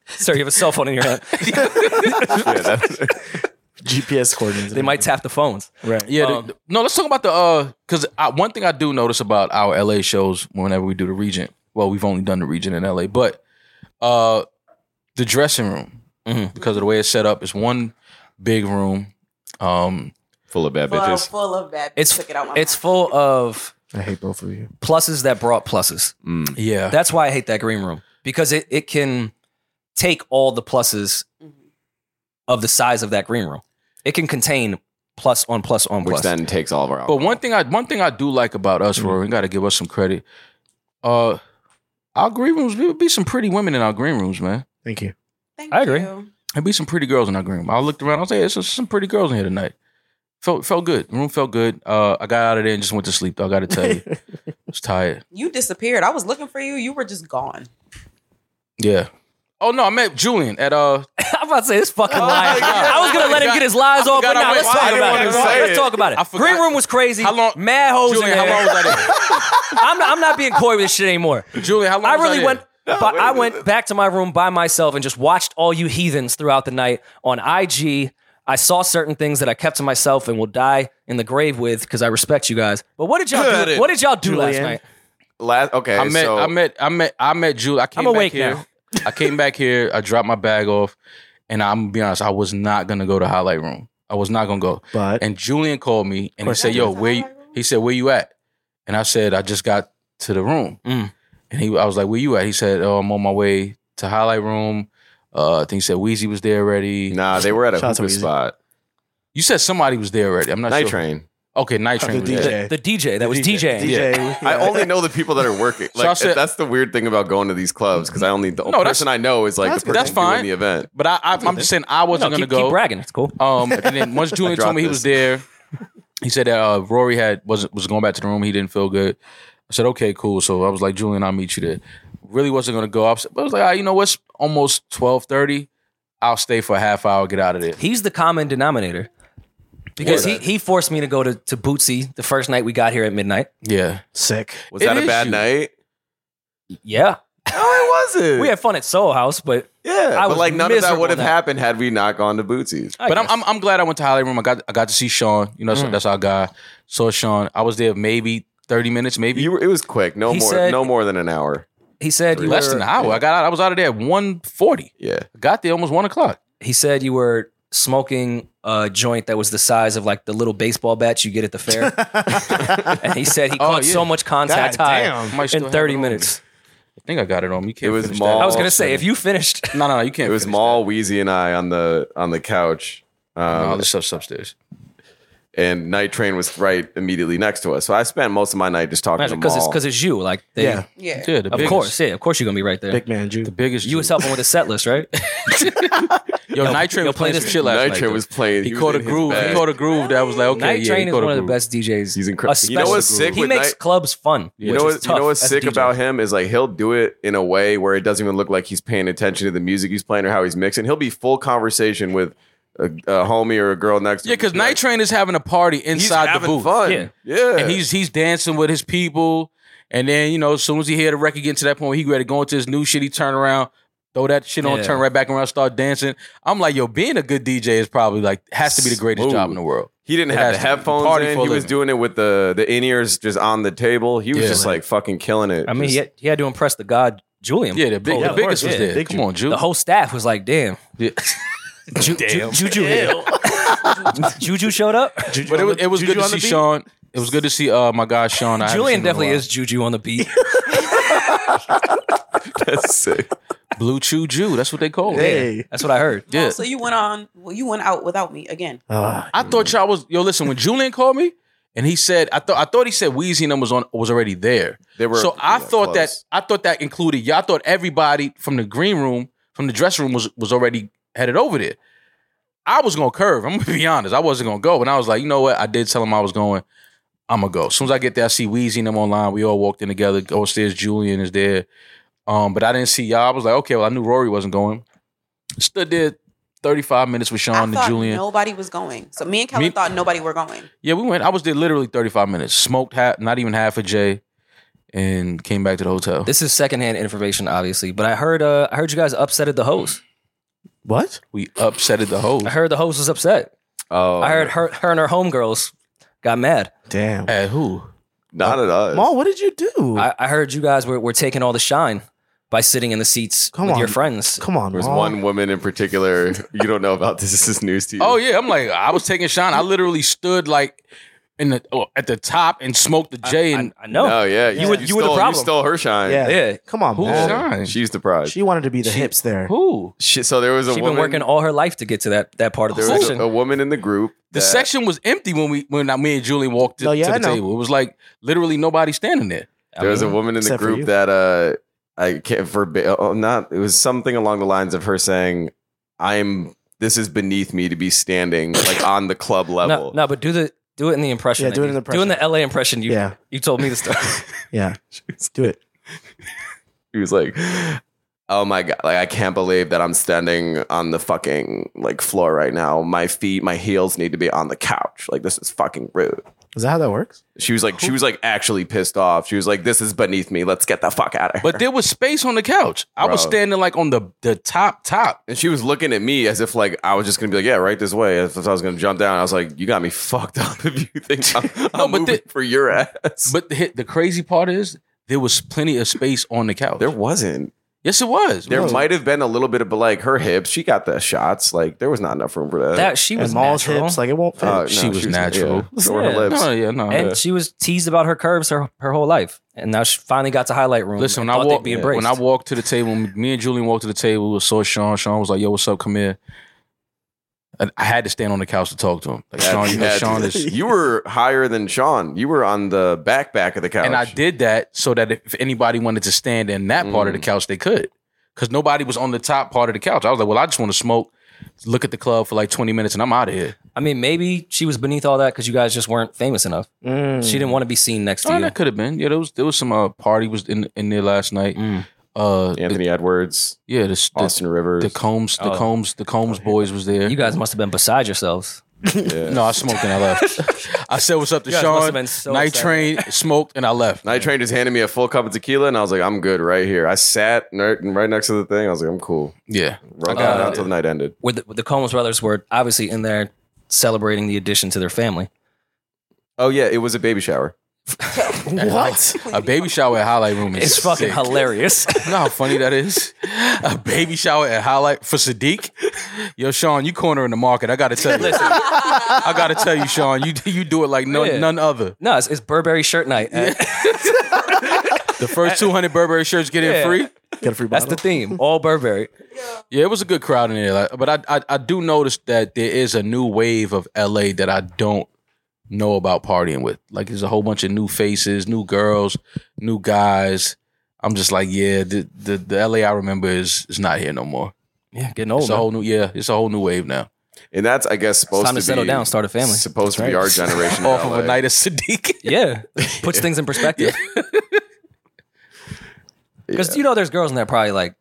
S1: Sir, you have a cell phone in your hand.
S4: Yeah, that's-
S2: GPS coordinates.
S1: They might tap the phones.
S2: Right.
S3: Yeah.
S1: Um,
S3: the- no, let's talk about the uh, because one thing I do notice about our LA shows whenever we do the Regent. Well, we've only done the Regent in LA, but uh, the dressing room
S1: Mhm.
S3: because of the way it's set up, it's one big room. Um,
S4: full of bad
S7: full,
S4: bitches.
S7: full of bad.
S1: It's
S7: took it out my
S1: it's full of
S2: I hate both of you.
S1: pluses that brought pluses.
S4: Mm.
S3: yeah,
S1: That's why I hate that green room because it, it can take all the pluses
S7: Mhm.
S3: Mm-hmm.
S1: of the size of that green room. It can contain plus on plus on
S4: which
S1: plus.
S4: then takes all of our.
S3: But
S4: Alcohol.
S3: one thing I one thing I do like about us,
S4: Mm-hmm.
S3: Rory, we got to give us some credit. Uh, our green rooms, there would be some pretty women in our green rooms, man.
S2: Thank you.
S7: Thank
S1: I agree.
S7: you.
S3: There'd be some pretty girls in our green room. I looked around, I was like, "There's some pretty girls in here tonight." Felt felt good. The room felt good. Uh, I got out of there and just went to sleep. Though I got to tell you, I was tired.
S7: You disappeared. I was looking for you. You were just gone.
S3: Yeah. Oh no, I met Julian at uh.
S1: I'm about to say this
S3: Oh
S1: fucking lie.
S3: yeah.
S1: I was gonna let him get his lies off, but
S3: forgot
S1: nah,
S3: I
S1: let's
S3: went-
S1: talk
S3: I didn't
S1: about
S4: wanna
S1: it.
S4: say
S1: Let's
S4: it.
S1: talk about
S3: I
S1: it.
S3: forgot.
S1: Green room was crazy.
S3: How long-
S1: Mad hoes in
S3: Julian, how long
S1: there.
S3: was I
S1: I'm not, I'm not being coy with this shit anymore.
S3: there? Julian, how long?
S1: I
S3: was
S1: really
S3: there?
S1: went. but I went back to my room by myself and just watched all you heathens throughout the night on IG. I saw certain things that I kept to myself and will die in the grave with because I respect you guys. But what did y'all
S4: Good at
S1: do?
S4: it.
S1: What did y'all do last
S2: Julian.
S1: night?
S4: Last, okay,
S3: I met,
S4: so
S3: I met, I met, I met Julie. I came
S1: I'm awake
S3: back here.
S1: now.
S3: I came back here. I dropped my bag off, and I'm gonna be honest. I was not gonna go to highlight room. I was not gonna go.
S2: But
S3: And Julian called me and he
S2: course
S3: said,
S7: you
S3: "Yo,
S7: did.
S3: where?" You, he said, "Where you at?" And I said, "I just got to the room."
S1: Mm.
S3: And he, I was like, "Where you at?" He said, "Oh, I'm on my way to highlight room." Uh, I think he said Wheezy was there already.
S4: Nah, they were at a
S2: Shout out to
S4: hookah
S2: Weezy.
S4: spot.
S3: You said somebody was there already. I'm not
S4: Night
S3: sure.
S4: train.
S3: Okay, Night Train.
S2: the
S3: was there.
S2: DJ.
S1: The DJ that was DJing.
S2: DJ,
S4: I only know the people that are working.
S3: So
S4: Like
S3: I said-
S4: that's the weird thing about going to these clubs because I only the
S3: No,
S4: only
S3: that's-
S4: person I know is like
S2: that's
S4: the
S2: good.
S4: person
S3: That's fine.
S4: doing the event.
S3: But I, I, I'm just saying I wasn't
S1: No,
S3: gonna
S1: keep,
S3: go.
S1: keep bragging. It's cool.
S3: Um, and then once Julian told
S4: dropped
S3: me he
S4: this.
S3: was there, he said that uh, Rory had was was going back to the room. He didn't feel good. I said, okay, cool. So I was like, Julian, I'll meet you there. Really wasn't gonna go. I was, I was like, ah, you know what's almost twelve thirty. I'll stay for a half hour. Get out of there.
S1: He's the common denominator because he, he forced me to go to, to Bootsy the first night we got here at midnight.
S3: Yeah.
S2: sick.
S4: Was
S3: It
S4: that a
S3: is
S4: bad
S3: you.
S4: night?
S1: Yeah,
S4: No, it wasn't.
S1: we had fun at Soul House, but
S4: yeah,
S1: I
S4: but
S1: was
S4: like none of that
S1: miserable
S4: would have
S1: that-
S4: happened had we not gone to Bootsy's.
S1: I
S3: but I'm,
S1: guess.
S3: I'm I'm glad I went to Holly Room. I got I got to see Sean. You know, so
S1: Mm.
S3: that's our guy. Saw Sean. I was there maybe thirty minutes, maybe
S4: You were, it was quick. No
S1: He
S4: more.
S1: said-
S4: no more than an hour.
S1: he said you
S3: less
S1: were,
S3: than an hour. I got out. I was out of there at one forty.
S4: Yeah.
S3: Got there almost one o'clock.
S1: he said you were smoking a joint that was the size of like the little baseball bats you get at the fair. and he said he caught
S3: yeah.
S1: so much contact
S2: God
S1: high
S2: damn.
S3: I might still
S1: in
S3: have
S1: 30
S3: it on
S1: minutes.
S3: me. I think I got it on. me. You can't.
S4: Um, It was
S3: finish
S4: mall-
S3: That.
S1: I was going to
S4: Oh,
S1: say, if you finished,
S3: No, no, no. You can't.
S4: It was
S3: finish
S4: Maul, Wheezy, and I on the on the couch.
S3: that. No,
S4: Um,
S3: this stuff's upstairs.
S4: and Night Train was right immediately next to us. So I spent most of my night just talking to
S1: because it's,
S4: Maul.
S1: cause it's you. Like, they,
S2: Yeah.
S7: Yeah.
S3: Yeah, the
S1: of
S3: biggest,
S1: course. Yeah, of course you're going to be right there.
S2: Big man, Jew.
S3: the biggest.
S1: you was helping with the set list, right?
S3: Yo, Night Train
S1: yo,
S3: was
S1: play
S3: playing
S1: this-
S3: some shit last
S4: Night
S3: night.
S4: Train
S3: though.
S4: was playing.
S3: He,
S4: was
S3: caught a
S4: in his
S3: groove. He
S4: bag.
S3: caught a groove that was like okay.
S1: Night
S3: yeah,
S1: Train
S3: he
S1: is
S3: caught a
S1: one of the
S3: groove.
S1: best DJs.
S4: He's incredible. You know
S1: especially-
S4: what's sick
S1: He
S4: with
S1: makes
S4: Night-
S1: clubs fun.
S4: You know,
S1: which
S4: what,
S1: is
S4: you know
S1: tough
S4: what's
S1: as a
S4: sick
S1: DJ.
S4: about him is like he'll do it in a way where it doesn't even look like he's paying attention to the music he's playing or how he's mixing. He'll be full conversation with a, a homie or a girl next to
S3: Yeah,
S4: him.
S3: because
S4: Be
S3: Night
S4: like,
S3: Train is having a party
S4: he's
S3: inside the
S4: having
S3: booth,
S4: fun.
S1: Yeah.
S4: Yeah.
S3: and he's he's dancing with his people. And then you know, as soon as he hear the record getting to that point, where he ready to go into his new shit. He turn around, throw that shit on,
S1: Yeah.
S3: turn right back around, start dancing. I'm like, yo, being a good DJ is probably like has to be the greatest
S4: Smooth.
S3: job in the world.
S4: he didn't
S3: It
S4: have
S3: has
S4: the
S3: to be.
S4: headphones
S3: Party
S4: in.
S3: for a
S4: He was
S3: living.
S4: doing it with the the in ears just on the table. He was
S3: Yeah.
S4: just like fucking killing it.
S1: I mean,
S4: Just-
S1: he had, he had to impress the god Julian.
S3: Yeah, the, big,
S1: Oh,
S3: the
S1: of
S3: biggest
S1: course,
S3: was
S1: yeah.
S3: there.
S2: Big
S3: Come on, Juke.
S1: The whole staff was like, damn.
S3: Yeah.
S1: Ju- Ju- Juju here. Juju showed up.
S3: But it was, it was good to see Sean. It was good to see uh, my guy Sean. I haven't seen
S1: Julian
S3: him in a
S1: definitely
S3: while.
S1: is Juju on the beat.
S4: that's sick.
S3: Blue Chew Jew. That's what they call it.
S2: Hey.
S1: That's what I heard.
S3: Yeah.
S7: Oh, so you went on. Well, you went out without me again.
S2: Ah,
S3: I thought y'all was yo. Listen, when Julian called me and he said, I thought I thought he said Weezy and them was on was already there.
S4: They were
S3: so I
S4: yeah,
S3: thought that
S4: close.
S3: I thought that included y'all. I thought everybody from the green room from the dressing room was was already headed over there. I was gonna curve. I'm gonna be honest. I wasn't gonna go, and I was like, you know what? I did tell him I was going. I'm gonna go. As soon as I get there, I see Weezy and them online. We all walked in together. Go upstairs. Julian is there. Um, but I didn't see y'all. I was like, okay, well, I knew Rory wasn't going. Stood there 35 minutes with
S7: I
S3: Sean and
S7: thought
S3: Julian.
S7: nobody was going. So me and Kelly
S3: Me-
S7: thought nobody were going.
S3: Yeah, we went. I was there literally 35 minutes. Smoked half, not even half a J, and came back to the hotel.
S1: This is secondhand information, obviously, but I heard uh, I heard you guys upset at the host.
S2: what?
S3: we upsetted the whole.
S1: I heard the host was upset.
S4: Oh,
S1: I heard her, her and her homegirls got mad.
S2: Damn.
S3: At who?
S4: not at us.
S2: Maul, what did you do?
S1: I, I heard you guys were, were taking all the shine by sitting in the seats
S2: Come
S1: with your
S2: on.
S1: friends.
S2: Come on,
S4: There was
S2: Maul.
S4: one woman in particular you don't know about. This, this is news to you.
S3: Oh yeah, I'm like I was taking Sean. I literally stood like in the oh, at the top and smoked the J
S1: I-
S3: and
S1: I, know.
S4: Oh yeah,
S1: You were- you were the
S4: stole-
S1: problem.
S4: You stole her shine.
S2: Yeah.
S1: Yeah.
S2: Come on,
S3: who
S2: man.
S3: shine?
S4: she's the prize.
S2: She wanted to be the hips there.
S1: Who?
S4: She, so there was a
S1: She's
S4: woman.
S1: been working all her life to get to that that part of the
S4: there was
S1: section.
S4: a, a woman in the group.
S3: The
S4: that-
S3: section was empty when we when I- me and Julie walked to,
S2: No, yeah,
S3: to
S2: I
S3: the
S2: know.
S3: table. It was like literally nobody standing there.
S1: I
S4: There was a
S1: mean,
S4: woman in the
S2: except for
S4: group
S2: you.
S4: that uh, I can't verba- oh, not it was something along the lines of her saying, "I'm this is beneath me to be standing like on the club
S1: no,
S4: level."
S1: no, but do the do it in the impression.
S2: Yeah,
S1: that
S2: do it
S1: you-
S2: in the
S1: Doing the LA impression. You
S2: Yeah.
S1: you told me to start.
S2: Yeah. Do it.
S4: He was like, "Oh my god! Like I can't believe that I'm standing on the fucking like floor right now. My feet, my heels need to be on the couch. Like this is fucking rude."
S2: Is that how that works?
S4: She was like, she was like actually pissed off. She was like, "This is beneath me. Let's get the fuck out of here."
S3: But there was space on the couch. I was
S4: Bro.
S3: standing like on the the top top.
S4: and she was looking at me as if like I was just gonna be like, "Yeah, right this way." As if I was gonna jump down, I was like, "You got me fucked up if you think I'm, I'm
S3: No, but
S4: moving
S3: the-
S4: for your ass."
S3: But the, the crazy part is there was plenty of space on the couch.
S4: there wasn't.
S3: yes, it was.
S4: There
S3: It was.
S4: might have been a little bit of, but like her hips, she got the shots. Like there was not enough room for that.
S1: that she was
S2: and Maul's
S1: natural.
S2: hips, like it won't fit.
S4: Uh,
S3: She was natural.
S4: Yeah. So were her
S1: Yeah.
S4: lips.
S3: No, yeah, no.
S1: and
S3: yeah.
S1: she was teased about her curves her, her whole life, and now she finally got to highlight room.
S3: Listen,
S1: and
S3: when I
S1: thought they'd
S3: walked
S1: be embraced.
S3: when I walked to the table, me and Julian walked to the table. We saw Sean. Sean was like, "Yo, what's up? Come here." And I had to stand on the couch to talk to him. Like, Sean, you know,
S4: Yeah,
S3: Sean is,
S4: you were higher than Sean. You were on the back back of the couch.
S3: and I did that so that if anybody wanted to stand in that part of the couch, they could, because nobody was on the top part of the couch. I was like, "Well, I just want to smoke, look at the club for like twenty minutes, and I'm out of here."
S1: I mean, maybe she was beneath all that because you guys just weren't famous enough.
S2: Mm.
S1: She didn't want to be seen next to
S3: Oh,
S1: you.
S3: that could have been. Yeah, there was there was some uh, party was in in there last night.
S1: Mm.
S3: Uh, the-
S4: Anthony Edwards,
S3: yeah, the, the,
S4: Austin Rivers.
S3: the Combs, the
S1: Oh.
S3: Combs, the Combs boys was there.
S1: You guys must have been beside yourselves.
S4: yeah.
S3: No, I smoked and I left. I said what's up to
S1: You guys must
S3: Sean.
S1: have been so
S3: Night
S1: excited.
S3: train smoked and I left.
S4: Night Train just handed me a full cup of tequila, and I was like, "I'm good right here." I sat right, right next to the thing. I was like, "I'm cool."
S3: Yeah.
S4: Rock
S1: got
S3: Uh,
S4: out
S1: it.
S4: until the night ended.
S1: Where the, the Combs brothers were obviously in there celebrating the addition to their family.
S4: Oh yeah, it was a baby shower.
S2: What?
S3: A baby shower at Highlight Room is
S1: It's fucking
S3: sick.
S1: hilarious.
S3: You know how funny that is? A baby shower at Highlight for Sadiq. Yo, Sean, you cornering the market. I gotta tell you. I gotta tell you, Sean, you you do it like none,
S1: Yeah.
S3: none other.
S1: no, it's, it's Burberry shirt night.
S3: The first two hundred Burberry shirts get in
S1: Yeah.
S3: free.
S2: Get a free
S1: That's
S2: bottle.
S1: the theme. All Burberry.
S3: Yeah, it was a good crowd in there. like- but I, I I do notice that there is a new wave of LA that I don't know about partying with. Like there's a whole bunch of new faces, new girls, new guys. I'm just like, yeah, the the, the LA I remember is is not here no more.
S1: Yeah, getting
S3: It's
S1: old.
S3: a
S1: man.
S3: whole new yeah, it's a whole new wave now.
S4: And that's, I guess, supposed
S1: It's time
S4: to,
S1: to settle
S4: be
S1: down, start a family.
S4: Supposed to be our generation.
S3: Off of
S4: LA.
S3: a night of Sadiq.
S1: Yeah, puts things in perspective. Because you know, there's girls in there probably like,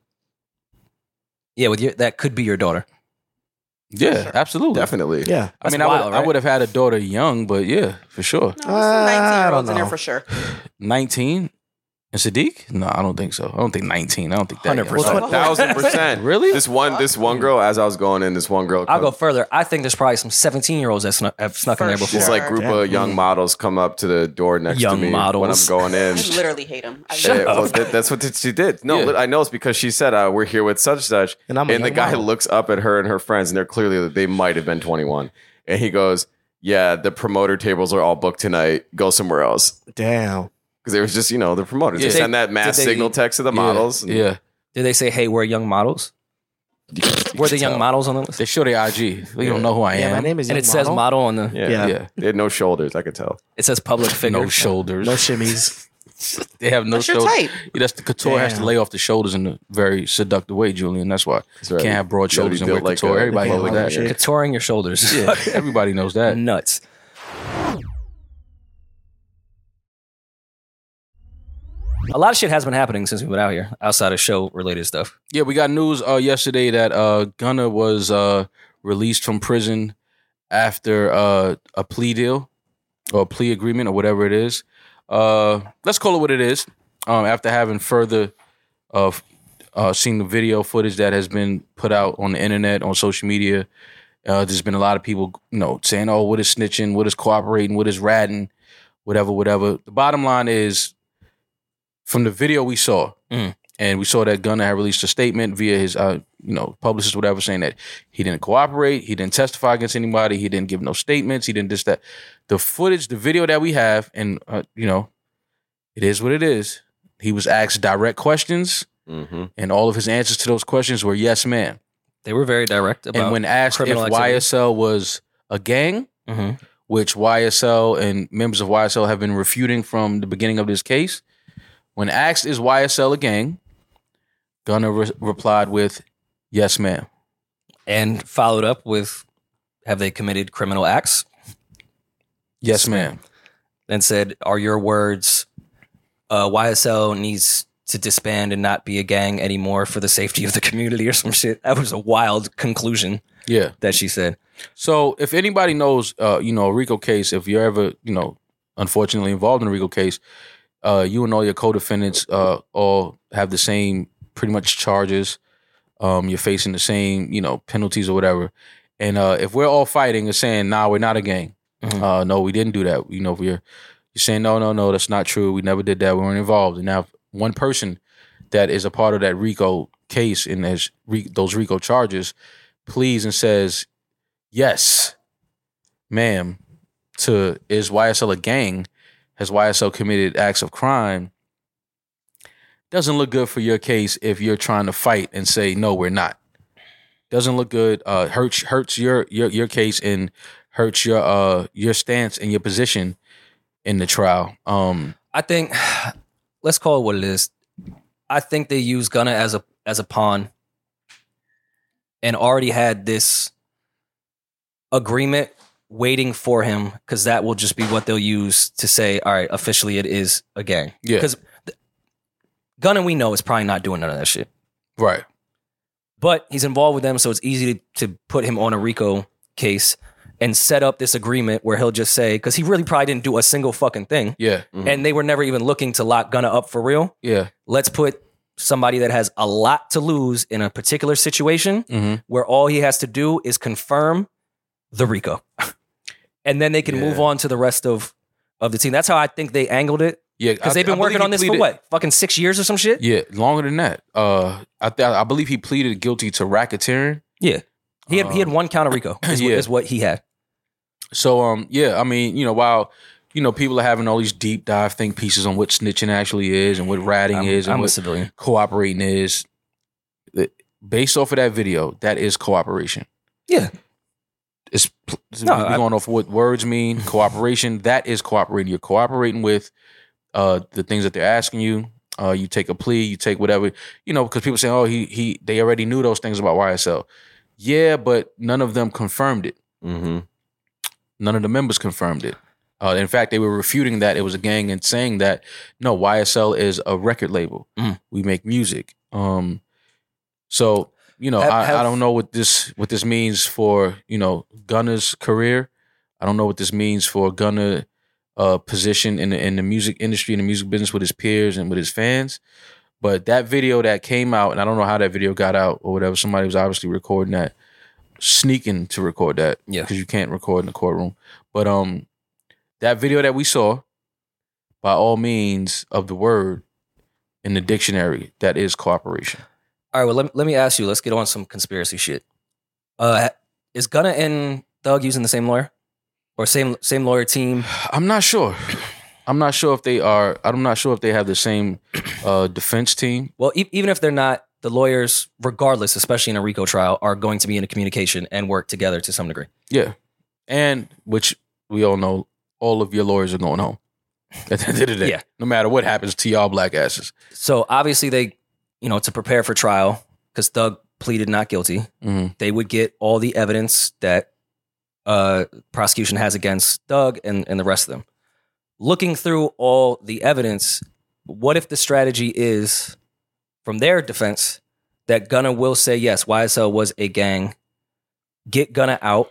S1: yeah, with your, that could be your daughter.
S3: yeah, absolutely.
S4: definitely.
S2: yeah.
S3: I mean,
S1: That's
S3: I would
S1: wild,
S3: I
S1: right?
S3: would have had a daughter young, but yeah, for sure.
S7: No, there's some
S2: Uh, I
S7: 19 year olds
S2: don't
S7: in there
S2: know.
S7: for sure.
S3: 19 and Sadiq? No, I don't think so. I don't think 19. I don't think that. young.
S1: 100%.
S4: A thousand percent.
S3: Really?
S4: This one, this one girl. As I was going in, this one girl.
S1: I'll go
S4: comes-
S1: further. I think there's probably some 17 year olds that snuck, have snuck in
S7: For
S1: there before.
S4: This like group of young models come up to the door next
S1: Young
S4: to me when I'm
S1: models.
S4: going in.
S7: I literally hate him. I
S4: Yeah,
S7: literally-
S4: well, that, that's what she did. No,
S3: Yeah.
S4: li- I know it's because she said uh, we're here with such such,
S2: And I'm a
S4: the
S2: young
S4: guy
S2: model.
S4: looks up at her and her friends, and they're clearly they might have been 21, and he goes, "Yeah, the promoter tables are all booked tonight. Go somewhere else."
S2: Damn.
S4: Because it was just you know the promoters.
S3: Yeah.
S4: They send that
S1: Did
S4: mass
S1: they-
S4: signal text to the
S3: Yeah,
S4: models. and-
S3: Yeah.
S1: Did they say, hey, we're young models? Were the young models on the list?
S3: They show their IG. They don't know who I
S2: Yeah, my
S3: am.
S2: name is.
S1: And
S2: Young
S1: it says
S2: model.
S1: model on the,
S4: yeah,
S2: Yeah.
S3: yeah.
S4: They had no shoulders. I could tell.
S1: it says public figure.
S3: No shoulders.
S2: No shimmies.
S3: they have no
S7: What's your
S3: shoulders.
S7: type?
S3: Yeah, that's the couture has to
S2: Damn.
S3: lay off the shoulders in a very seductive way, Julian. That's why you
S4: right.
S3: can't have broad
S4: You gotta be
S3: shoulders and wear
S4: built like
S3: couture.
S4: a-
S3: Everybody
S2: like a
S3: knows
S2: mother
S3: that.
S2: chick.
S1: Touring your shoulders. Mm-hmm.
S3: Yeah, everybody knows that.
S1: Nuts. A lot of shit has been happening since we've been out here, outside of show related stuff.
S3: Yeah, we got news uh, yesterday that uh, Gunna was uh, released from prison after uh, a plea deal or a plea agreement or whatever it is. Uh, let's call it what it is. Um, after having further uh, f- uh, seen the video footage that has been put out on the internet, on social media, uh, there's been a lot of people, you know, saying, "Oh, what is snitching? What is cooperating? What is ratting? Whatever, whatever." The bottom line is, from the video we saw, and we saw that Gunna had released a statement via his uh, you know, publicists, whatever, saying that he didn't cooperate, he didn't testify against anybody, he didn't give no statements, he didn't this that. The footage, the video that we have, and uh, you know, it is what it is. He was asked direct questions,
S4: Mm-hmm.
S3: and all of his answers to those questions were yes, ma'am.
S1: They were very direct about
S3: And when asked if
S1: criminal activity.
S3: YSL was a gang,
S1: Mhm.
S3: which YSL and members of YSL have been refuting from the beginning of this case. When asked, is YSL a gang? Gunner re- replied with, yes, ma'am.
S1: and followed up with, "Have they committed criminal acts?"
S3: Yes, ma'am.
S1: and said, "Are your words uh, YSL needs to disband and not be a gang anymore for the safety of the community or some shit?" That was a wild conclusion
S3: Yeah.
S1: that she said.
S3: So if anybody knows, uh, you know, a RICO case, if you're ever, you know, unfortunately involved in a RICO case, uh, you and all your co-defendants uh, all have the same pretty much charges. Um, you're facing the same, you know, penalties or whatever. And uh, if we're all fighting and saying, "Nah, we're not a gang,"
S1: Mhm.
S3: uh, no, we didn't do that. You know, if we're you're saying, "No, no, no, that's not true. We never did that. We weren't involved." And now, if one person that is a part of that RICO case and has re- those RICO charges pleads and says, yes, ma'am, to is YSL a gang? Has YSL committed acts of crime? Doesn't look good for your case if you're trying to fight and say no, we're not. Doesn't look good. Uh, hurts hurts your your your case and hurts your uh your stance and your position in the trial. Um,
S1: I think let's call it what it is. I think they used Gunna as a as a pawn and already had this agreement waiting for him because that will just be what they'll use to say, all right, officially it is a gang.
S3: Yeah.
S1: Because Gunna we know is probably not doing none of that shit.
S3: right.
S1: But he's involved with them, so it's easy to, to put him on a Rico case and set up this agreement where he'll just say, because he really probably didn't do a single fucking thing.
S3: Yeah.
S4: Mhm.
S1: And they were never even looking to lock Gunna up for real.
S3: Yeah.
S1: Let's put somebody that has a lot to lose in a particular situation
S3: Mm-hmm.
S1: where all he has to do is confirm the Rico. and then they can move
S3: Yeah.
S1: on to the rest of, of the team. That's how I think they angled it.
S3: Yeah.
S1: Because
S3: I-
S1: they've been
S3: I believe
S1: working
S3: he
S1: on this for
S3: pleaded-
S1: what? Fucking six years or some shit?
S3: Yeah, longer than that. Uh, I th- I believe he pleaded guilty to racketeering.
S1: He had, he had
S3: Um,
S1: one count of Rico, is, what,
S3: yeah.
S1: is what he had.
S3: So um, yeah, I mean, you know, while you know people are having all these deep dive think pieces on what snitching actually is and what ratting
S1: I'm-
S3: is and
S1: I'm a
S3: what
S1: civilian.
S3: cooperating is, th- based off of that video, that is cooperation.
S1: Yeah.
S3: It's, pl- it's
S1: No,
S3: we're
S1: I-
S3: going off what words mean. Cooperation. That is cooperating. You're cooperating with uh, the things that they're asking you. Uh, you take a plea. You take whatever you know because people say, "Oh, he he." They already knew those things about YSL. Yeah, but none of them confirmed it.
S4: Mm-hmm.
S3: None of the members confirmed it. Uh, in fact, they were refuting that it was a gang and saying that no, YSL is a record label.
S1: Mm.
S3: We make music. Um, so you know,
S1: Have-
S3: I, I
S1: have-
S3: don't know what this what this means for you know Gunner's career. I don't know what this means for Gunner uh, position in the, in the music industry in the music business with his peers and with his fans. But that video that came out, and I don't know how that video got out or whatever. Somebody was obviously recording that, sneaking to record that
S1: Yeah.
S3: because you can't record in the courtroom. But um, that video that we saw, by all means of the word in the dictionary, that is cooperation.
S1: All right, well, let, let me ask you. Let's get on some conspiracy shit. Uh, is Gunna and Thug using the same lawyer or same same lawyer team?
S3: I'm not sure. I'm not sure if they are. I'm not sure if they have the same uh, defense team.
S1: Well, e- even if they're not, the lawyers, regardless, especially in a RICO trial, are going to be in a communication and work together to some degree.
S3: Yeah, and which we all know, all of your lawyers are going home at the end of the day.
S1: Yeah.
S3: No matter what happens to y'all black asses.
S1: So obviously, they, you know, to prepare for trial because Thug pleaded not guilty,
S3: hmm
S1: they would get all the evidence that uh, prosecution has against Doug and, and the rest of them. Looking through all the evidence, what if the strategy is from their defense that Gunna will say, yes, YSL was a gang, get Gunna out,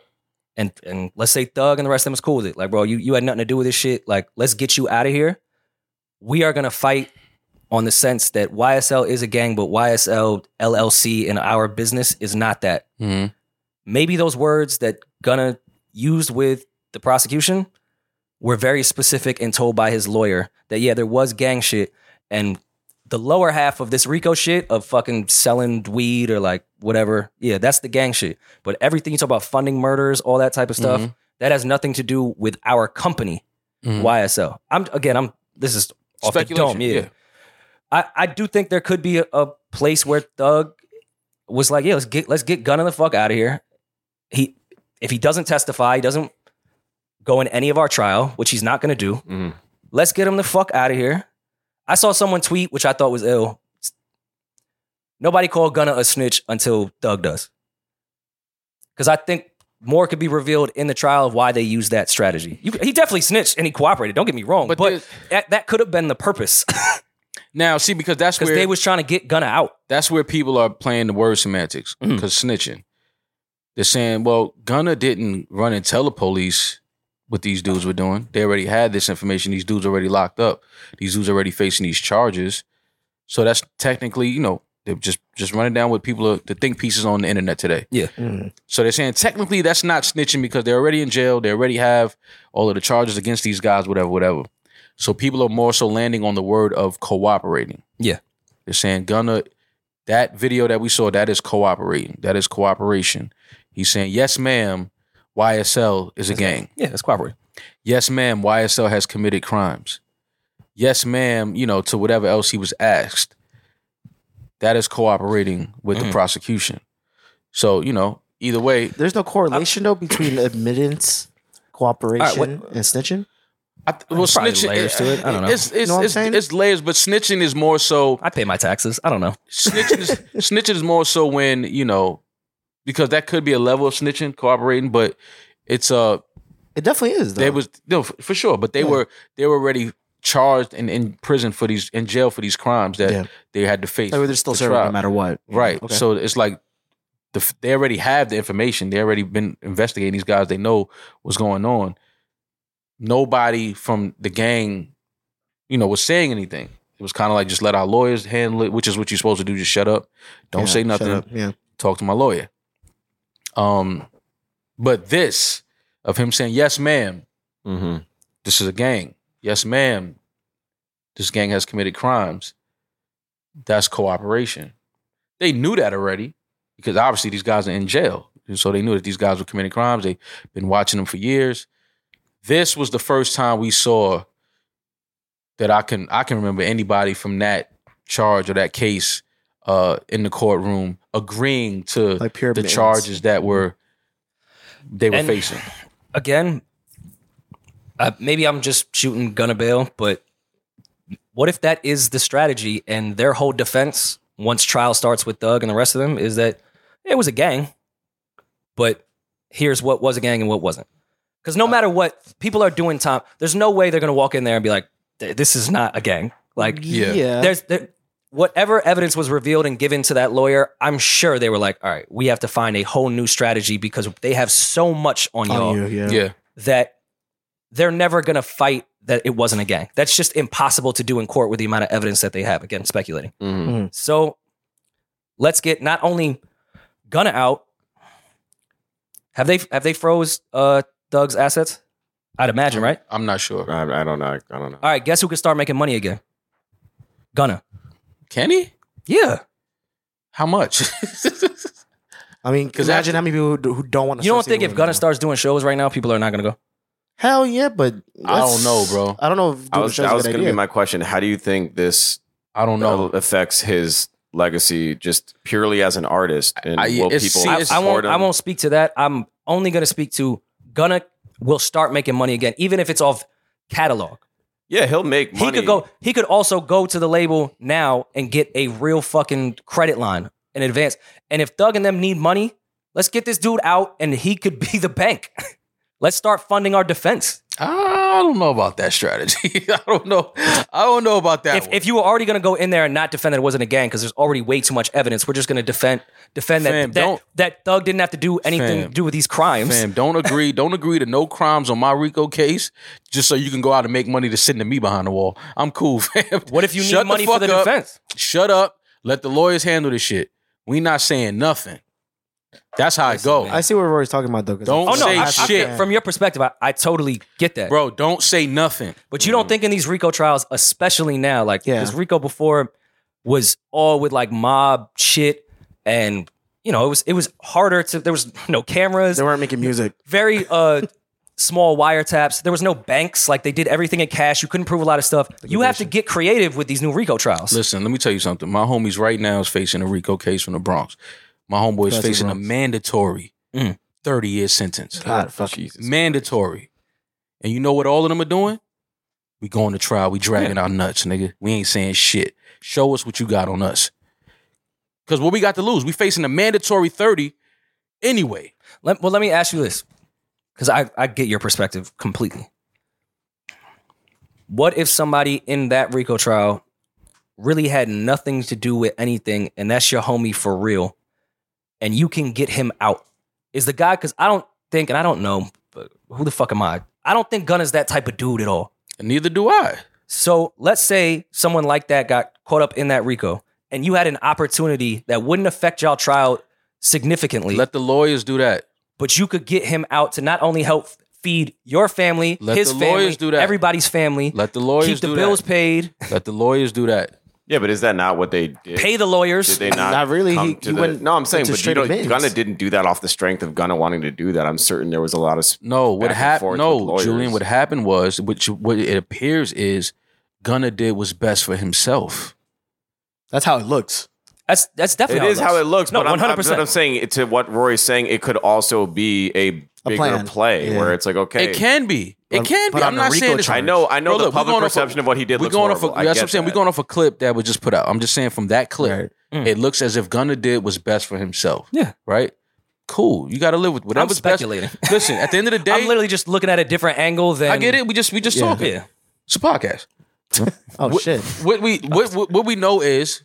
S1: and, and let's say Thug and the rest of them is cool with it. Like, bro, you, you had nothing to do with this shit. Like, let's get you out of here. We are going to fight on the sense that YSL is a gang, but YSL LLC in our business is not that
S3: hmm
S1: maybe those words that Gunna used with the prosecution were very specific and told by his lawyer that yeah, there was gang shit and the lower half of this Rico shit of fucking selling weed or like whatever. Yeah, that's the gang shit. But everything you talk about funding murders, all that type of stuff, that has nothing to do with our company,
S3: Mhm.
S1: YSL. I'm again, I'm this is off the
S3: Speculation,
S1: dome. Yeah.
S3: yeah.
S1: I, I do think there could be a, a place where Thug was like, yeah, let's get let's get gunning the fuck out of here. He if he doesn't testify, he doesn't go in any of our trial, which he's not gonna do.
S4: Mhm.
S1: Let's get him the fuck out of here. I saw someone tweet, which I thought was ill. Nobody called Gunna a snitch until Thug does. Because I think more could be revealed in the trial of why they used that strategy. You, he definitely snitched and he cooperated. Don't get me wrong,
S3: But
S1: but,
S3: there's-
S1: that, that could have been the purpose
S3: Now, see, because that's
S1: because
S3: where
S1: they was trying to get Gunna out.
S3: that's where people are playing the word semantics
S1: Mhm.
S3: because snitching. They're saying, well, Gunna didn't run and tell the police what these dudes were doing. They already had this information. These dudes already locked up. These dudes already facing these charges. So that's technically, you know, they're just just running down what people are the think pieces on the internet today.
S2: Mm.
S3: So they're saying technically that's not snitching because they're already in jail. They already have all of the charges against these guys, whatever, whatever. So people are more so landing on the word of cooperating.
S1: Yeah.
S3: They're saying Gunna, that video that we saw, that is cooperating. That is cooperation. He's saying, yes, ma'am, YSL is a gang.
S1: Yeah, that's cooperating.
S3: Yes, ma'am, YSL has committed crimes. Yes, ma'am, you know, to whatever else he was asked. That is cooperating with the
S1: Mhm.
S3: prosecution. So, you know, either way,
S2: There's no correlation though between admittance, cooperation,
S1: what-
S2: and snitching.
S3: I, th- well,
S1: probably
S3: snitching
S1: layers to it. I don't know.
S3: It's it's,
S2: Know what I'm
S3: it's,
S2: saying?
S3: it's layers, but snitching is more so
S1: I pay my taxes. I don't know.
S3: snitching. Is, snitching is more so when you know because that could be a level of snitching cooperating, but it's uh
S2: It definitely is. Though.
S3: they was no f- for sure, but they
S2: Yeah.
S3: were they were already charged and in prison for these in jail for these crimes that
S2: Yeah.
S3: they had to face.
S2: Like, they're still
S3: the
S2: serving
S3: trial.
S2: no matter what.
S3: Right.
S2: Okay.
S3: So it's like the, f- they already have the information. They already been investigating these guys. They know what's going on. Nobody from the gang, you know, was saying anything. It was kind of like just let our lawyers handle it, which is what you're supposed to do. Just shut up. Don't
S2: Yeah,
S3: say
S2: shut
S3: nothing.
S2: up. Yeah.
S3: Talk to my lawyer. Um, but this of him saying, "Yes, ma'am,
S4: Mm-hmm.
S3: this is a gang. Yes, ma'am, this gang has committed crimes. That's cooperation. They knew that already because obviously these guys are in jail. And so they knew that these guys were committing crimes. They've been watching them for years. This was the first time we saw that I can I can remember anybody from that charge or that case uh, in the courtroom agreeing to
S2: Like pure
S3: the
S2: admittance.
S3: charges that were they were
S1: And-
S3: facing.
S1: Again, uh, maybe I'm just shooting Gunna bail, but what if that is the strategy and their whole defense once trial starts with Thug and the rest of them is that it was a gang, but here's what was a gang and what wasn't. Because no matter what, people are doing time. There's no way they're going to walk in there and be like, "Th- "This is not a gang." Like,
S3: Yeah.
S1: there's there, whatever evidence was revealed and given to that lawyer i'm sure they were like all right we have to find a whole new strategy because they have so much on, y'all
S2: on you. Yeah.
S3: Yeah.
S1: that they're never going to fight that it wasn't a gang that's just impossible to do in court with the amount of evidence that they have again speculating
S4: Mm-hmm.
S1: so let's get not only Gunna out. Have they have they froze uh Doug's assets? I'd imagine, right?
S3: I'm not sure.
S4: I, I don't know. I, I don't know.
S1: All right, guess who can start making money again? Gunna.
S3: Kenny?
S1: Yeah.
S3: How much?
S2: I mean,
S3: 'Cause
S2: imagine
S3: after-
S2: how many people who do- who don't want to.
S1: You don't think if Gunna starts doing shows right now, people are not gonna go?
S2: Hell yeah, but
S3: I don't
S2: that's-
S3: know, bro.
S2: I don't know if
S4: I
S2: doing
S4: was,
S2: shows
S4: that was
S2: is a
S4: going
S2: good
S4: to be
S2: idea.
S4: my question. How do you think this uh,
S3: I don't know.
S4: affects his legacy, just purely as an artist? And
S3: I-
S4: will people
S3: it's- see,
S1: I,
S3: it's
S1: I won't.
S4: support
S1: I
S4: him?
S1: won't speak to that. I'm only gonna speak to Gunna. Will start making money again, even if it's off catalog.
S4: Yeah, he'll make money.
S1: He could go. He could also go to the label now and get a real fucking credit line in advance. And if Thug and them need money, let's get this dude out, and he could be the bank. let's start funding our defense. Oh.
S3: I don't know about that strategy. I don't know. I don't know about that.
S1: If,
S3: one.
S1: if you were already going to go in there and not defend that it wasn't a gang, because there's already way too much evidence, we're just going to defend defend
S3: Fam,
S1: that, that
S3: don't-
S1: that Thug didn't have to do anything
S3: Fam.
S1: to do with these crimes.
S3: Fam, don't agree. Don't agree to no crimes on my Rico case, just so you can go out and make money to send to me behind the wall. I'm cool, fam.
S1: What if you need
S3: Shut
S1: money for
S3: fuck
S1: the
S3: up.
S1: defense?
S3: Shut up. Let the lawyers handle this shit. We not saying nothing. That's how it go,
S2: I see what Rory's talking about though. 'cause
S3: Don't
S1: Oh no,
S3: say
S1: I, I-
S3: shit.
S1: from your perspective, I, I totally get that.
S3: bro. Don't say nothing.
S1: Mm. But you don't think in these RICO trials, especially now, like
S2: Yeah.
S1: because RICO before was all with like mob shit and you know it was it was harder to there was no cameras
S2: They weren't making music.
S1: very uh small wiretaps there was no banks like they did everything in cash you couldn't prove a lot of stuff you have to get creative with these new rico trials
S3: Listen, let me tell you something. My homies right now is facing a RICO case from the Bronx. My homeboy is
S2: That's the
S3: facing a
S2: Bronx.
S3: mandatory
S1: Mm.
S3: 30 year sentence.
S2: God, fuck you.
S4: Jesus.
S3: Mandatory. And you know what all of them are doing? We going to trial. We dragging our nuts, nigga. We ain't saying shit. Show us what you got on us. Because what we got to lose? We facing a mandatory 30 anyway.
S1: Let, well, let me ask you this, because I, I get your perspective completely. What if somebody in that RICO trial really had nothing to do with anything, and that's your homie for real, and you can get him out? Is the guy? Because I don't think, and I don't know, but who the fuck am I? I don't think Gunn is that type of dude at all.
S3: And neither do I.
S1: So let's say someone like that got caught up in that RICO, and you had an opportunity that wouldn't affect y'all trial significantly
S3: Let the lawyers do that.
S1: but you could get him out to not only help feed your family,
S3: Let
S1: his
S3: the
S1: family,
S3: lawyers do that.
S1: everybody's family,
S3: Let the lawyers
S1: keep the
S3: do
S1: bills
S3: that.
S1: paid,
S3: Let the lawyers do that.
S4: Yeah, but is that not what they did?
S1: pay the lawyers.
S4: Did they not?
S2: Not really.
S4: come
S2: He-
S4: to
S2: he
S4: the-
S2: went-
S4: no, I'm
S2: went
S4: saying,
S2: to
S4: but you
S2: straight
S4: know,
S2: admittance.
S4: Gunna didn't do that off the strength of Gunna wanting to do that. I'm certain there was a lot of. s-
S3: No, what
S4: back and forth
S3: happened?
S4: with
S3: No,
S4: lawyers.
S3: Julian. What happened was, which what it appears is, Gunna did was best for himself.
S2: That's how it looks.
S1: that's that's
S4: It
S1: definitely
S4: is how it looks,
S1: No,
S4: but I'm, 100%. I'm,
S1: 100%.
S4: I'm saying it- to what Rory's saying, it could also be a
S2: A
S4: bigger
S2: plan.
S4: play
S2: Yeah.
S4: where it's like, okay,
S3: It can be. It
S2: But-
S3: can
S2: but
S3: be. I'm
S2: on a
S3: not
S2: RICO
S3: saying. it's-
S4: I know, I know
S3: Bro,
S4: the
S3: look, we're
S4: public
S3: going off of-
S4: perception of what he did
S3: We're
S4: looks
S3: going off.
S4: horrible.
S3: Of,
S4: I
S3: that's
S4: get
S3: what I'm saying.
S4: that.
S3: We're going off a clip that was just put out. I'm just saying from that clip,
S1: Right. Mm.
S3: it looks as if Gunna did was best for himself.
S1: Yeah.
S3: Right. Cool. You got to live with
S1: I'm
S3: whatever's best.
S1: speculating.
S3: Listen, at the end of the day,
S1: I'm literally just looking at a different angle than
S3: I get it. We just we just
S1: Yeah.
S3: talking.
S1: Yeah.
S3: It's a podcast.
S2: Oh
S3: What-
S2: shit.
S3: What we what, what what we know is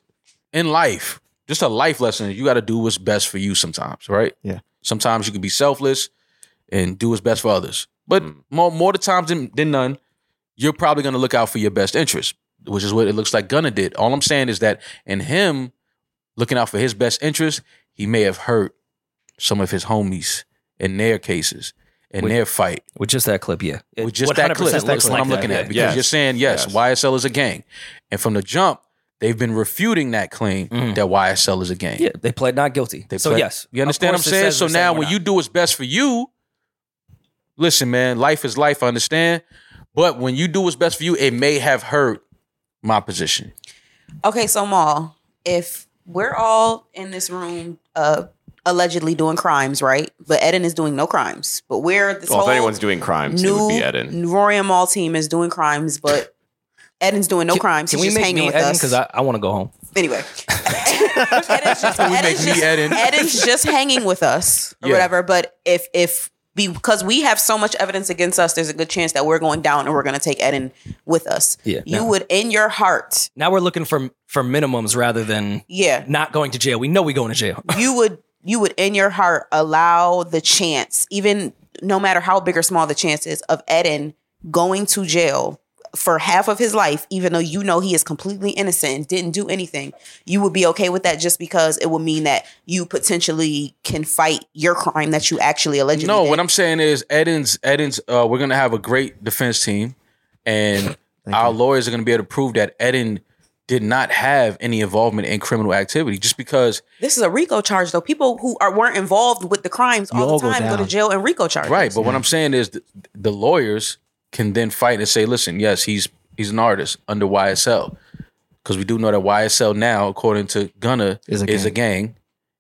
S3: in life, just a life lesson. You got to do what's best for you sometimes, right?
S2: Yeah.
S3: Sometimes you can be selfless and do what's best for others, but more more the times than, than none, you're probably going to look out for your best interest, which is what it looks like Gunna did. All I'm saying is that in him looking out for his best interest, he may have hurt some of his homies in their cases. In
S1: With-
S3: their fight,
S1: with just that clip. Yeah, It
S3: with just that
S1: 100%
S3: clip. That's
S1: looks
S3: what
S1: like
S3: I'm
S1: that,
S3: looking
S1: yeah.
S3: at. Because
S4: Yes.
S3: you're saying, yes,
S4: Yes.
S3: YSL is a gang. And from the jump, they've been refuting that claim
S1: Mhm.
S3: that YSL is a gang.
S1: Yeah, they pled not guilty.
S3: They
S1: so
S3: play-
S1: yes,
S3: You understand
S1: Of
S3: what I'm
S1: course it
S3: saying?
S1: says
S3: So
S1: we're saying
S3: now
S1: we're
S3: when
S1: not.
S3: you do what's best for you, listen, man, life is life, I understand. But when you do what's best for you, it may have hurt my position.
S7: Okay, so Maul, if we're all in this room uh allegedly doing crimes, right? But Eden is doing no crimes. But we're this
S4: Well, if
S7: whole
S4: anyone's doing crimes, it would
S7: new
S4: be Eden.
S7: Rory and Maul team is doing crimes, but Eden's doing no crimes.
S1: Can
S7: He's
S1: we
S7: just
S1: make
S7: hanging
S1: me
S7: with
S1: Eden?
S7: us.
S1: Because I, I want to go home.
S7: anyway. Eden's just,
S3: we make
S7: Eden's
S3: me
S7: just,
S3: Eden.
S7: Eden's just hanging with us or
S3: Yeah.
S7: whatever. But if if because we have so much evidence against us, there's a good chance that we're going down and we're going to take Eden with us.
S1: Yeah.
S7: You
S1: No.
S7: would, in your heart,
S1: Now we're looking for for minimums rather than
S7: yeah,
S1: not going to jail. We know we going to jail.
S7: you would you would in your heart allow the chance, even no matter how big or small the chance is, of Eden going to jail for half of his life, even though you know he is completely innocent and didn't do anything, you would be okay with that just because it would mean that you potentially can fight your crime that you actually allegedly
S3: No,
S7: did.
S3: what I'm saying is Eden's Eden's uh, we're gonna have a great defense team and our lawyers are gonna be able to prove that Eden did not have any involvement in criminal activity just because
S7: this is a RICO charge though. People who are weren't involved with the crimes
S2: You
S7: all,
S2: all
S7: the
S2: go
S7: time go, to
S2: down.
S7: jail and RICO charges.
S3: Right, but what I'm saying is th- the lawyers can then fight and say, "Listen, yes, he's he's an artist under YSL." Because we do know that YSL now, according to Gunna,
S2: Is
S3: is
S2: a
S3: a, gang,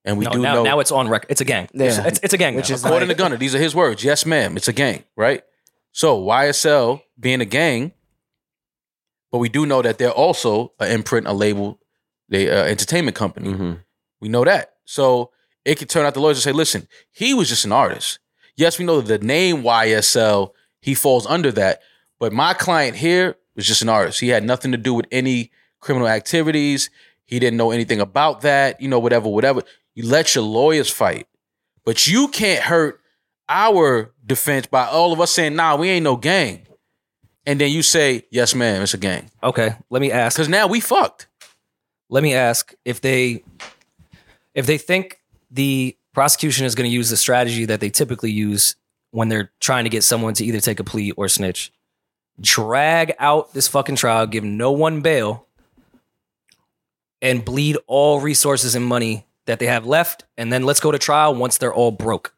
S3: and we
S1: No,
S3: do
S1: now,
S3: know
S1: now it's on record. It's a gang.
S2: Yeah.
S1: It's, it's, it's a gang.
S2: Which
S1: now.
S2: is
S3: according to
S2: like-
S3: Gunna, these are his words. Yes, ma'am, it's a gang, right? So YSL being a gang, but we do know that they're also an imprint, a label, they uh, entertainment company. We know that. So it could turn out the lawyers and say, listen, he was just an artist. Yes, we know that the name YSL, he falls under that. But my client here was just an artist. He had nothing to do with any criminal activities. He didn't know anything about that, you know, whatever, whatever. You let your lawyers fight. But you can't hurt our defense by all of us saying, nah, we ain't no gang. And then you say, yes, ma'am, it's a gang.
S1: okay, let me ask.
S3: Because now we fucked.
S1: let me ask if they if they think the prosecution is going to use the strategy that they typically use when they're trying to get someone to either take a plea or snitch drag out this fucking trial give no one bail and bleed all resources and money that they have left, and then let's go to trial once they're all broke.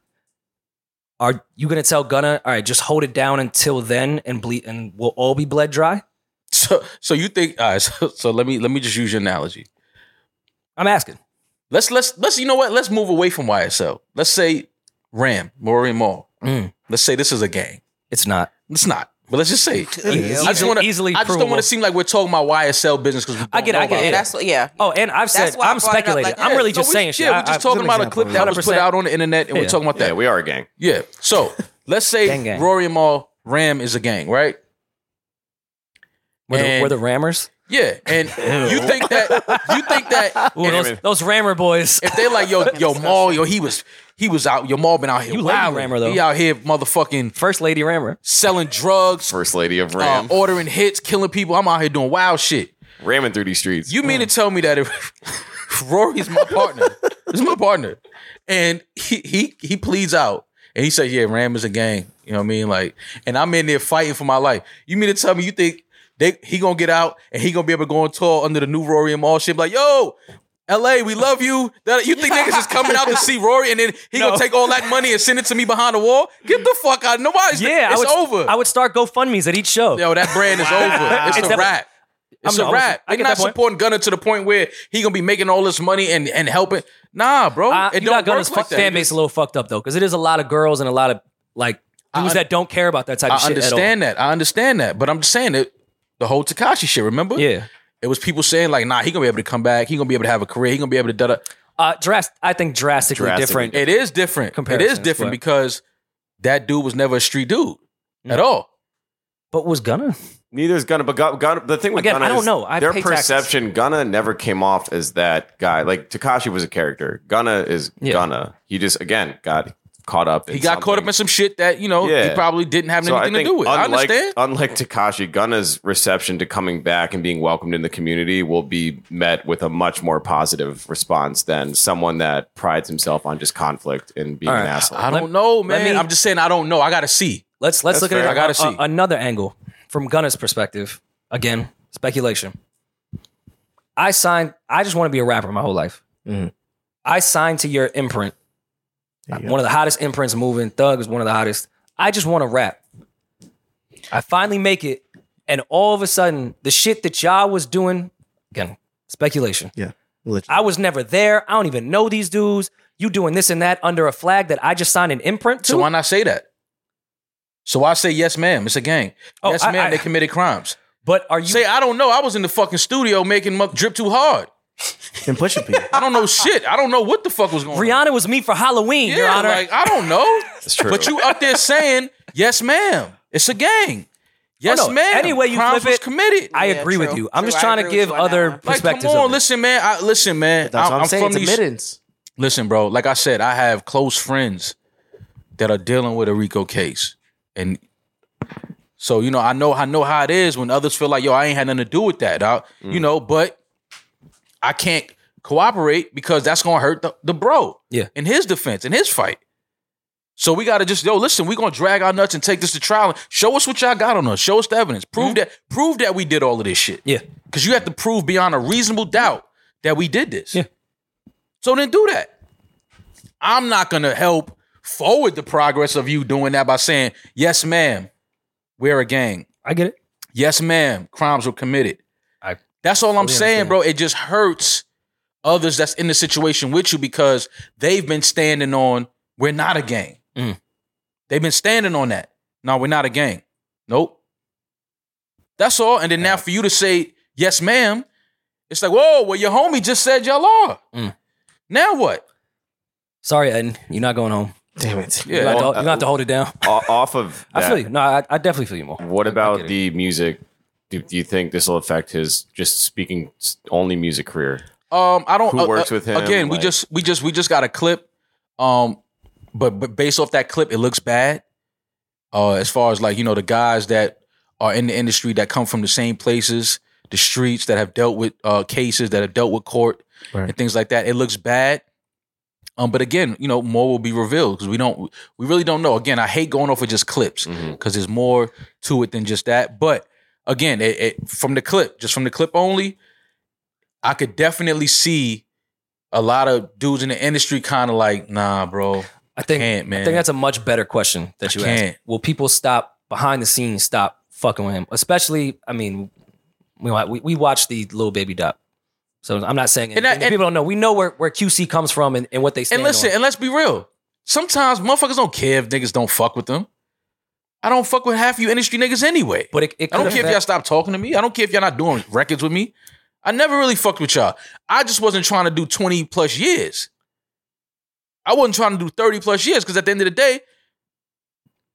S1: Are you gonna tell Gunna, all right, just hold it down until then and bleed and we'll all be bled dry?
S3: So, so you think? All right. So, so let me let me just use your analogy.
S1: I'm asking.
S3: Let's let's let's you know what? Let's move away from YSL. Let's say Ram, Maureen Mall.
S1: Mm.
S3: Let's say this is a gang.
S1: It's not.
S3: It's not. But let's just say. it.
S1: Easily,
S3: I just want to
S1: easily
S3: I just don't
S1: provable.
S3: want to seem like we're talking about YSL business because
S1: I get it, I get it.
S7: That's what, yeah.
S1: Oh, and I've said
S7: That's why I
S1: I'm
S7: brought it up
S1: speculating.
S7: like
S1: I'm
S7: that.
S1: really just saying shit.
S3: Yeah,
S1: I-
S3: we're just
S1: I-
S3: talking about a
S2: example,
S3: clip that was put
S1: 100%.
S3: out on the internet, and
S1: Yeah.
S3: we're talking about
S4: Yeah,
S3: that.
S4: we are a gang.
S3: Yeah. So let's say
S1: Gang, gang.
S3: Rory and Maul, Ram is a gang, right?
S1: we're, the,
S3: And-
S1: we're the rammers.
S3: Yeah. And you think that you think that
S1: Ooh, those, those rammer boys.
S3: if they like yo yo Maul yo he was he was out yo Maul been out here
S1: You like
S3: wilding.
S1: Rammer, though.
S3: he out here motherfucking
S1: First lady rammer.
S3: selling drugs,
S4: First lady of
S3: uh,
S4: Ram.
S1: oh.
S3: ordering hits, killing people. I'm out here doing wild shit.
S4: Ramming through these streets.
S3: You
S1: Mm.
S3: mean to tell me that if Rory's my partner, this is my partner, and he he he pleads out and he says, "Yeah, Ram is a gang." You know what I mean? Like, and I'm in there fighting for my life. You mean to tell me you think they he gonna get out and he gonna be able to go on tour under the new Rory and all shit? Like, yo. LA, we love you. That you think niggas is coming out to see Rory and then he
S1: No.
S3: gonna take all that money and send it to me behind the wall? Get the fuck out! Nobody's
S1: Yeah,
S3: yeah, it's
S1: I would,
S3: over.
S1: I would start GoFundmes at each show.
S3: Yo, that brand is over. It's,
S1: It's
S3: a
S1: that-
S3: wrap. It's
S1: I'm-
S3: a
S1: I was-
S3: wrap.
S1: I
S3: They're
S1: get
S3: not
S1: that point.
S3: supporting Gunner to the point where he gonna be making all this money and, and helping. Nah, bro.
S1: Uh,
S3: it
S1: you
S3: don't
S1: got Gunna's
S3: work like
S1: fuck-
S3: that.
S1: fan base a little fucked up though, because it is a lot of girls and a lot of like
S3: I
S1: dudes
S3: un-
S1: that don't care about that type of
S3: I
S1: shit
S3: understand that. I understand that. But I'm just saying that the whole Takashi shit. Remember?
S1: at all. Yeah,
S3: It was people saying like, nah, he gonna be able to come back. He gonna be able to have a career. He gonna be able to da da.
S1: uh, dras- I think drastically,
S4: Drastically
S1: different.
S3: It is different. It is
S1: Comparisons,
S3: different
S1: but- Mm.
S3: because that dude was never a street dude at all.
S1: But was Gunna?
S4: Neither is Gunna, but Gu- Gunna, the thing with
S1: Again,
S4: Gunna
S1: I don't
S4: is
S1: know. I
S4: their
S1: pay taxes.
S4: perception, Gunna never came off as that guy. Like Takashi was a character. Gunna is
S1: Yeah.
S4: Gunna. He just again got caught up. In
S3: He got caught up in some shit that you know
S4: Yeah.
S3: he probably didn't have anything to do with. I
S4: unlike,
S3: understand.
S4: Unlike Takashi, Gunna's reception to coming back and being welcomed in the community will be met with a much more positive response than someone that prides himself on just conflict and being
S1: All
S4: an
S1: right.
S4: asshole.
S3: I
S1: Let-
S3: don't know,
S1: let
S3: man.
S1: me-
S3: I'm just saying I don't know. I gotta see.
S1: Let's let's
S4: That's
S1: look at
S4: fair.
S1: it.
S4: I
S3: gotta
S1: a-
S3: see.
S1: another angle from Gunna's perspective. Again, speculation. I signed. I just want to be a rapper my whole life.
S2: Mhm.
S1: I signed to your imprint.
S2: There you go.
S1: One of the hottest imprints moving. Thug is one of the hottest. I just want to rap. I finally make it, and all of a sudden, the shit that y'all was doing, again, speculation.
S2: Legit.
S1: I was never there. I don't even know these dudes. You doing this and that under a flag that I just signed an imprint to?
S3: So why not say that? So why say yes, ma'am? It's a gang.
S1: Oh,
S3: yes,
S1: I-
S3: ma'am.
S1: I-
S3: they committed crimes.
S1: but are you?
S3: say I don't know. I was in the fucking studio making mu- drip too hard.
S2: and pushing people.
S3: I don't know shit. I don't know what the fuck was going on.
S1: Rihanna was me for Halloween,
S3: yeah,
S1: Your Honor.
S3: like I don't know.
S4: It's true.
S3: But you up there saying yes, ma'am? It's a gang. Yes,
S1: Oh, no.
S3: ma'am.
S1: Any way you
S3: crimes
S1: flip
S3: was
S1: it,
S3: committed.
S1: I
S7: Yeah,
S1: agree with
S7: true.
S1: you. I'm
S7: True,
S1: just
S7: I
S1: trying to
S7: agree with
S1: give
S7: you on that
S1: other
S7: one.
S3: like, come
S1: perspectives.
S3: on,
S1: of it.
S3: listen, man. I, listen, man.
S2: That's
S3: I,
S2: what I'm, saying. It's
S3: these-
S2: admittance.
S3: Listen, bro, like I said, I have close friends that are dealing with a Rico case. And so, you know, I know I know how it is when others feel like, yo, I ain't had nothing to do with that. dawg. You know, but I can't cooperate because that's gonna hurt the, the bro.
S1: Yeah.
S3: In his defense, in his fight. So we gotta just, yo, listen, we gonna drag our nuts and take this to trial. Show us what y'all got on us. Show us the evidence. Prove that, prove that we did all of this shit.
S1: Yeah.
S3: Cause you have to prove beyond a reasonable doubt that we did this.
S1: Yeah.
S3: So then do that. I'm not gonna help forward the progress of you doing that by saying, yes, ma'am, we're a gang.
S1: I get it.
S3: Yes, ma'am, crimes were committed.
S1: I
S3: that's all I'm
S1: fully
S3: saying,
S1: understand.
S3: bro. It just hurts others that's in the situation with you because they've been standing on we're not a gang.
S1: Mm.
S3: They've been standing on that. No, we're not a gang. Nope. That's all. And then now for you to say, yes, ma'am, it's like, whoa, well, your homie just said y'all are.
S1: Mm.
S3: Now what?
S1: Sorry, Eden. You're not going home.
S2: Damn it.
S1: You're
S3: Yeah.
S1: going to,
S4: Well,
S1: you're gonna have to hold it down.
S4: O- off of
S1: I
S4: that,
S1: feel you. No, I, I definitely feel you more.
S4: What
S1: get
S4: about
S1: it.
S4: the music? Do, do you think this will affect his just speaking s- only music career?
S3: Um, I don't.
S4: Who works with him,
S3: Again, we
S4: like-
S3: just we just we just got a clip. Um, but but based off that clip, it looks bad. Uh, as far as like you know, the guys that are in the industry that come from the same places, the streets that have dealt with uh cases that have dealt with court
S2: Right.
S3: and things like that, it looks bad. Um, but again, you know, more will be revealed because we don't we really don't know. Again, I hate going off of just clips because there's more to it than just that. But again, it, it, from the clip, just from the clip only, I could definitely see a lot of dudes in the industry kind of like, nah, bro.
S1: I think
S3: can't, man.
S1: I think that's a much better question that
S3: I
S1: you
S3: can't.
S1: asked. Will people stop behind the scenes stop fucking with him? Especially, I mean, we wa- we, we watch the little baby doc. So I'm not saying
S3: And I-
S1: anything.
S3: and-
S1: people don't know. We know where, where QC comes from and, and what they stand
S3: And listen,
S1: on.
S3: and let's be real. Sometimes motherfuckers don't care if niggas don't fuck with them. I don't fuck with half you industry niggas anyway.
S1: But it, it
S3: I don't
S1: could
S3: care if
S1: affect-
S3: y'all stop talking to me. I don't care if y'all not doing records with me. I never really fucked with y'all. I just wasn't trying to do 20 plus years. I wasn't trying to do 30 plus years because at the end of the day,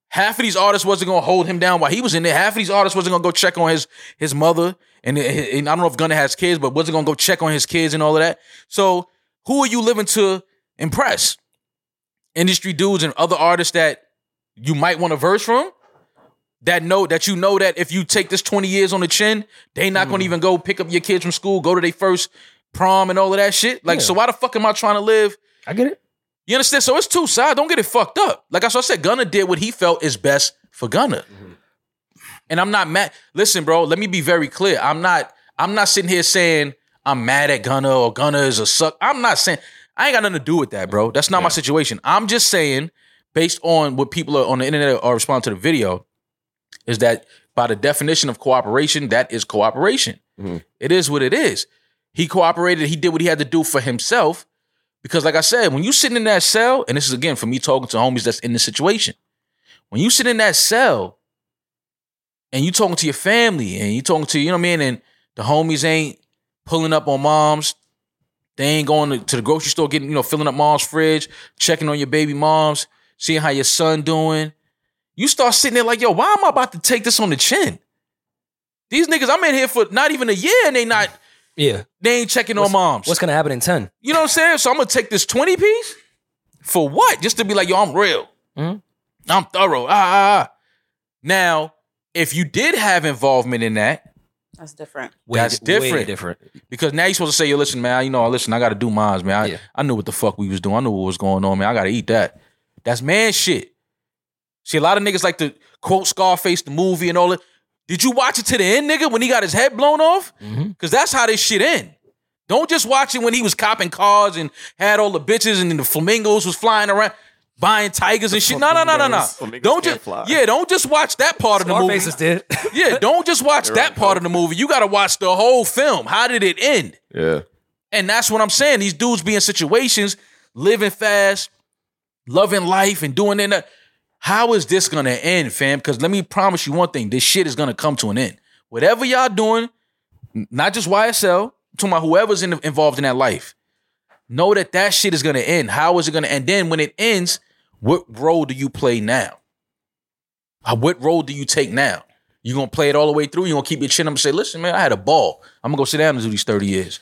S3: half of these artists wasn't gonna hold him down while he was in there. Half of these artists wasn't gonna go check on his his mother and, and I don't know if Gunna has kids, but wasn't gonna go check on his kids and all of that. So who are you living to impress? Industry dudes and other artists that you might want to verse from that know that you know that if you take this 20 years on the chin, they not
S1: Mm.
S3: gonna even go pick up your kids from school, go to their first prom and all of that shit. Like,
S1: Yeah.
S3: so why the fuck am I trying to live?
S1: I get it.
S3: You understand? So it's two sides. Don't get it fucked up. Like I so I said, Gunna did what he felt is best for Gunna.
S1: Mm-hmm.
S3: And I'm not mad. Listen, bro, let me be very clear. I'm not, I'm not sitting here saying I'm mad at Gunna or Gunna is a suck. I'm not saying I ain't got nothing to do with that, bro. That's not my situation. I'm just saying, based on what people are on the internet are responding to the video, is that by the definition of cooperation, that is cooperation. It is what it is. He cooperated, he did what he had to do for himself. Because, like I said, when you sitting in that cell, and this is again for me talking to homies that's in this situation, when you sit in that cell and you talking to your family and you talking to, you know what I mean, and the homies ain't pulling up on moms, they ain't going to, to the grocery store getting, you know, filling up mom's fridge, checking on your baby moms, seeing how your son doing. You start sitting there like, yo, why am I about to take this on the chin? These niggas, I'm in here for not even a year and they not,
S1: Yeah.
S3: they ain't checking on moms.
S1: What's gonna happen in ten?
S3: You know what I'm saying? So I'm gonna take this 20 piece for what? Just to be like, yo, I'm real.
S1: Mhm.
S3: I'm thorough. Ah, ah, ah. Now, if you did have involvement in that,
S7: That's different.
S1: Way,
S3: That's
S1: di- way
S3: different.
S1: different.
S3: because now you're supposed to say, yo, listen, man, you know, listen, I gotta do mines, man. I,
S1: Yeah.
S3: I knew what the fuck we was doing. I knew what was going on, man. I gotta eat that. That's man shit. See, a lot of niggas like to quote Scarface the movie and all that. Did you watch it to the end, nigga, when he got his head blown off?
S4: Mm-hmm.
S1: Mhm.
S3: Cause that's how this shit end. Don't just watch it when he was copping cars and had all the bitches and then the flamingos was flying around buying tigers and shit. No, no, no, no, no.
S4: Flamingos
S3: Don't
S4: can't
S3: just
S4: fly.
S3: yeah, don't just watch that part of the movie.
S1: Scarface is dead.
S3: Yeah, don't just watch that
S4: right,
S3: part of the movie. You got to watch the whole film. How did it end?
S4: Yeah.
S3: And that's what I'm saying. These dudes be in situations, living fast, loving life, and doing that. How is this gonna end, fam? Because let me promise you one thing: this shit is gonna come to an end. Whatever y'all doing, n- not just YSL, to my whoever's in, involved in that life, know that that shit is gonna end. How is it gonna end? Then when it ends, what role do you play now? Uh, What role do you take now? You gonna play it all the way through? You gonna keep your chin up and say, "Listen, man, I had a ball. I'm gonna go sit down and do these thirty years."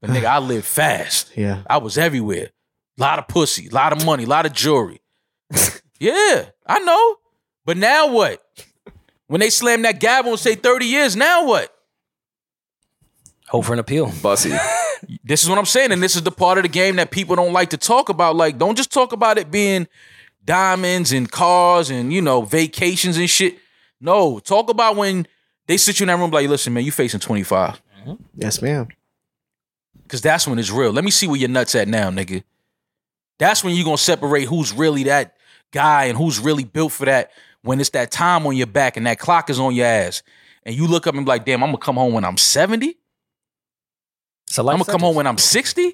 S3: But nigga, I lived fast.
S2: Yeah.
S3: I was everywhere. A lot of pussy, a lot of money, a lot of jewelry. yeah, I know. But now what? When they slam that gavel and say 30 years, now what?
S1: Hope for an appeal.
S4: Bussy.
S3: This is what I'm saying. And this is the part of the game that people don't like to talk about. Like, don't just talk about it being diamonds and cars and, you know, vacations and shit. No, talk about when they sit you in that room like, listen, man, you facing 25.
S2: Yes, ma'am.
S3: Cause that's when it's real. Let me see where your nuts at now, nigga. That's when you gonna separate who's really that guy and who's really built for that when it's that time on your back and that clock is on your ass. And you look up and be like, damn, I'm gonna come home when I'm 70?
S1: So
S3: I'm gonna come home when I'm 60?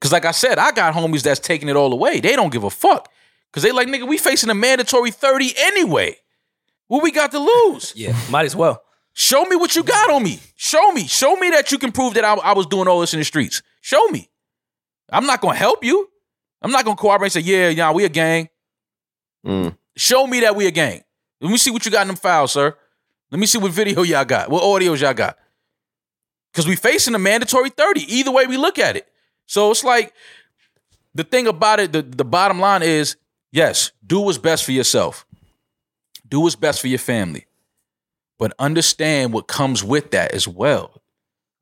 S3: Cause like I said, I got homies that's taking it all away. They don't give a fuck. Cause they like, nigga, we facing a mandatory 30 anyway. What we got to lose?
S1: Yeah, might as well.
S3: Show me what you got on me. Show me. Show me that you can prove that I, I was doing all this in the streets. Show me. I'm not gonna help you. I'm not gonna cooperate and say, yeah, yeah, we a gang.
S4: Mm.
S3: Show me that we a gang. Let me see what you got in them files, sir. Let me see what video y'all got, what audios y'all got. Cause we facing a mandatory 30. Either way we look at it. So it's like the thing about it, the, the bottom line is yes, do what's best for yourself. Do what's best for your family but understand what comes with that as well.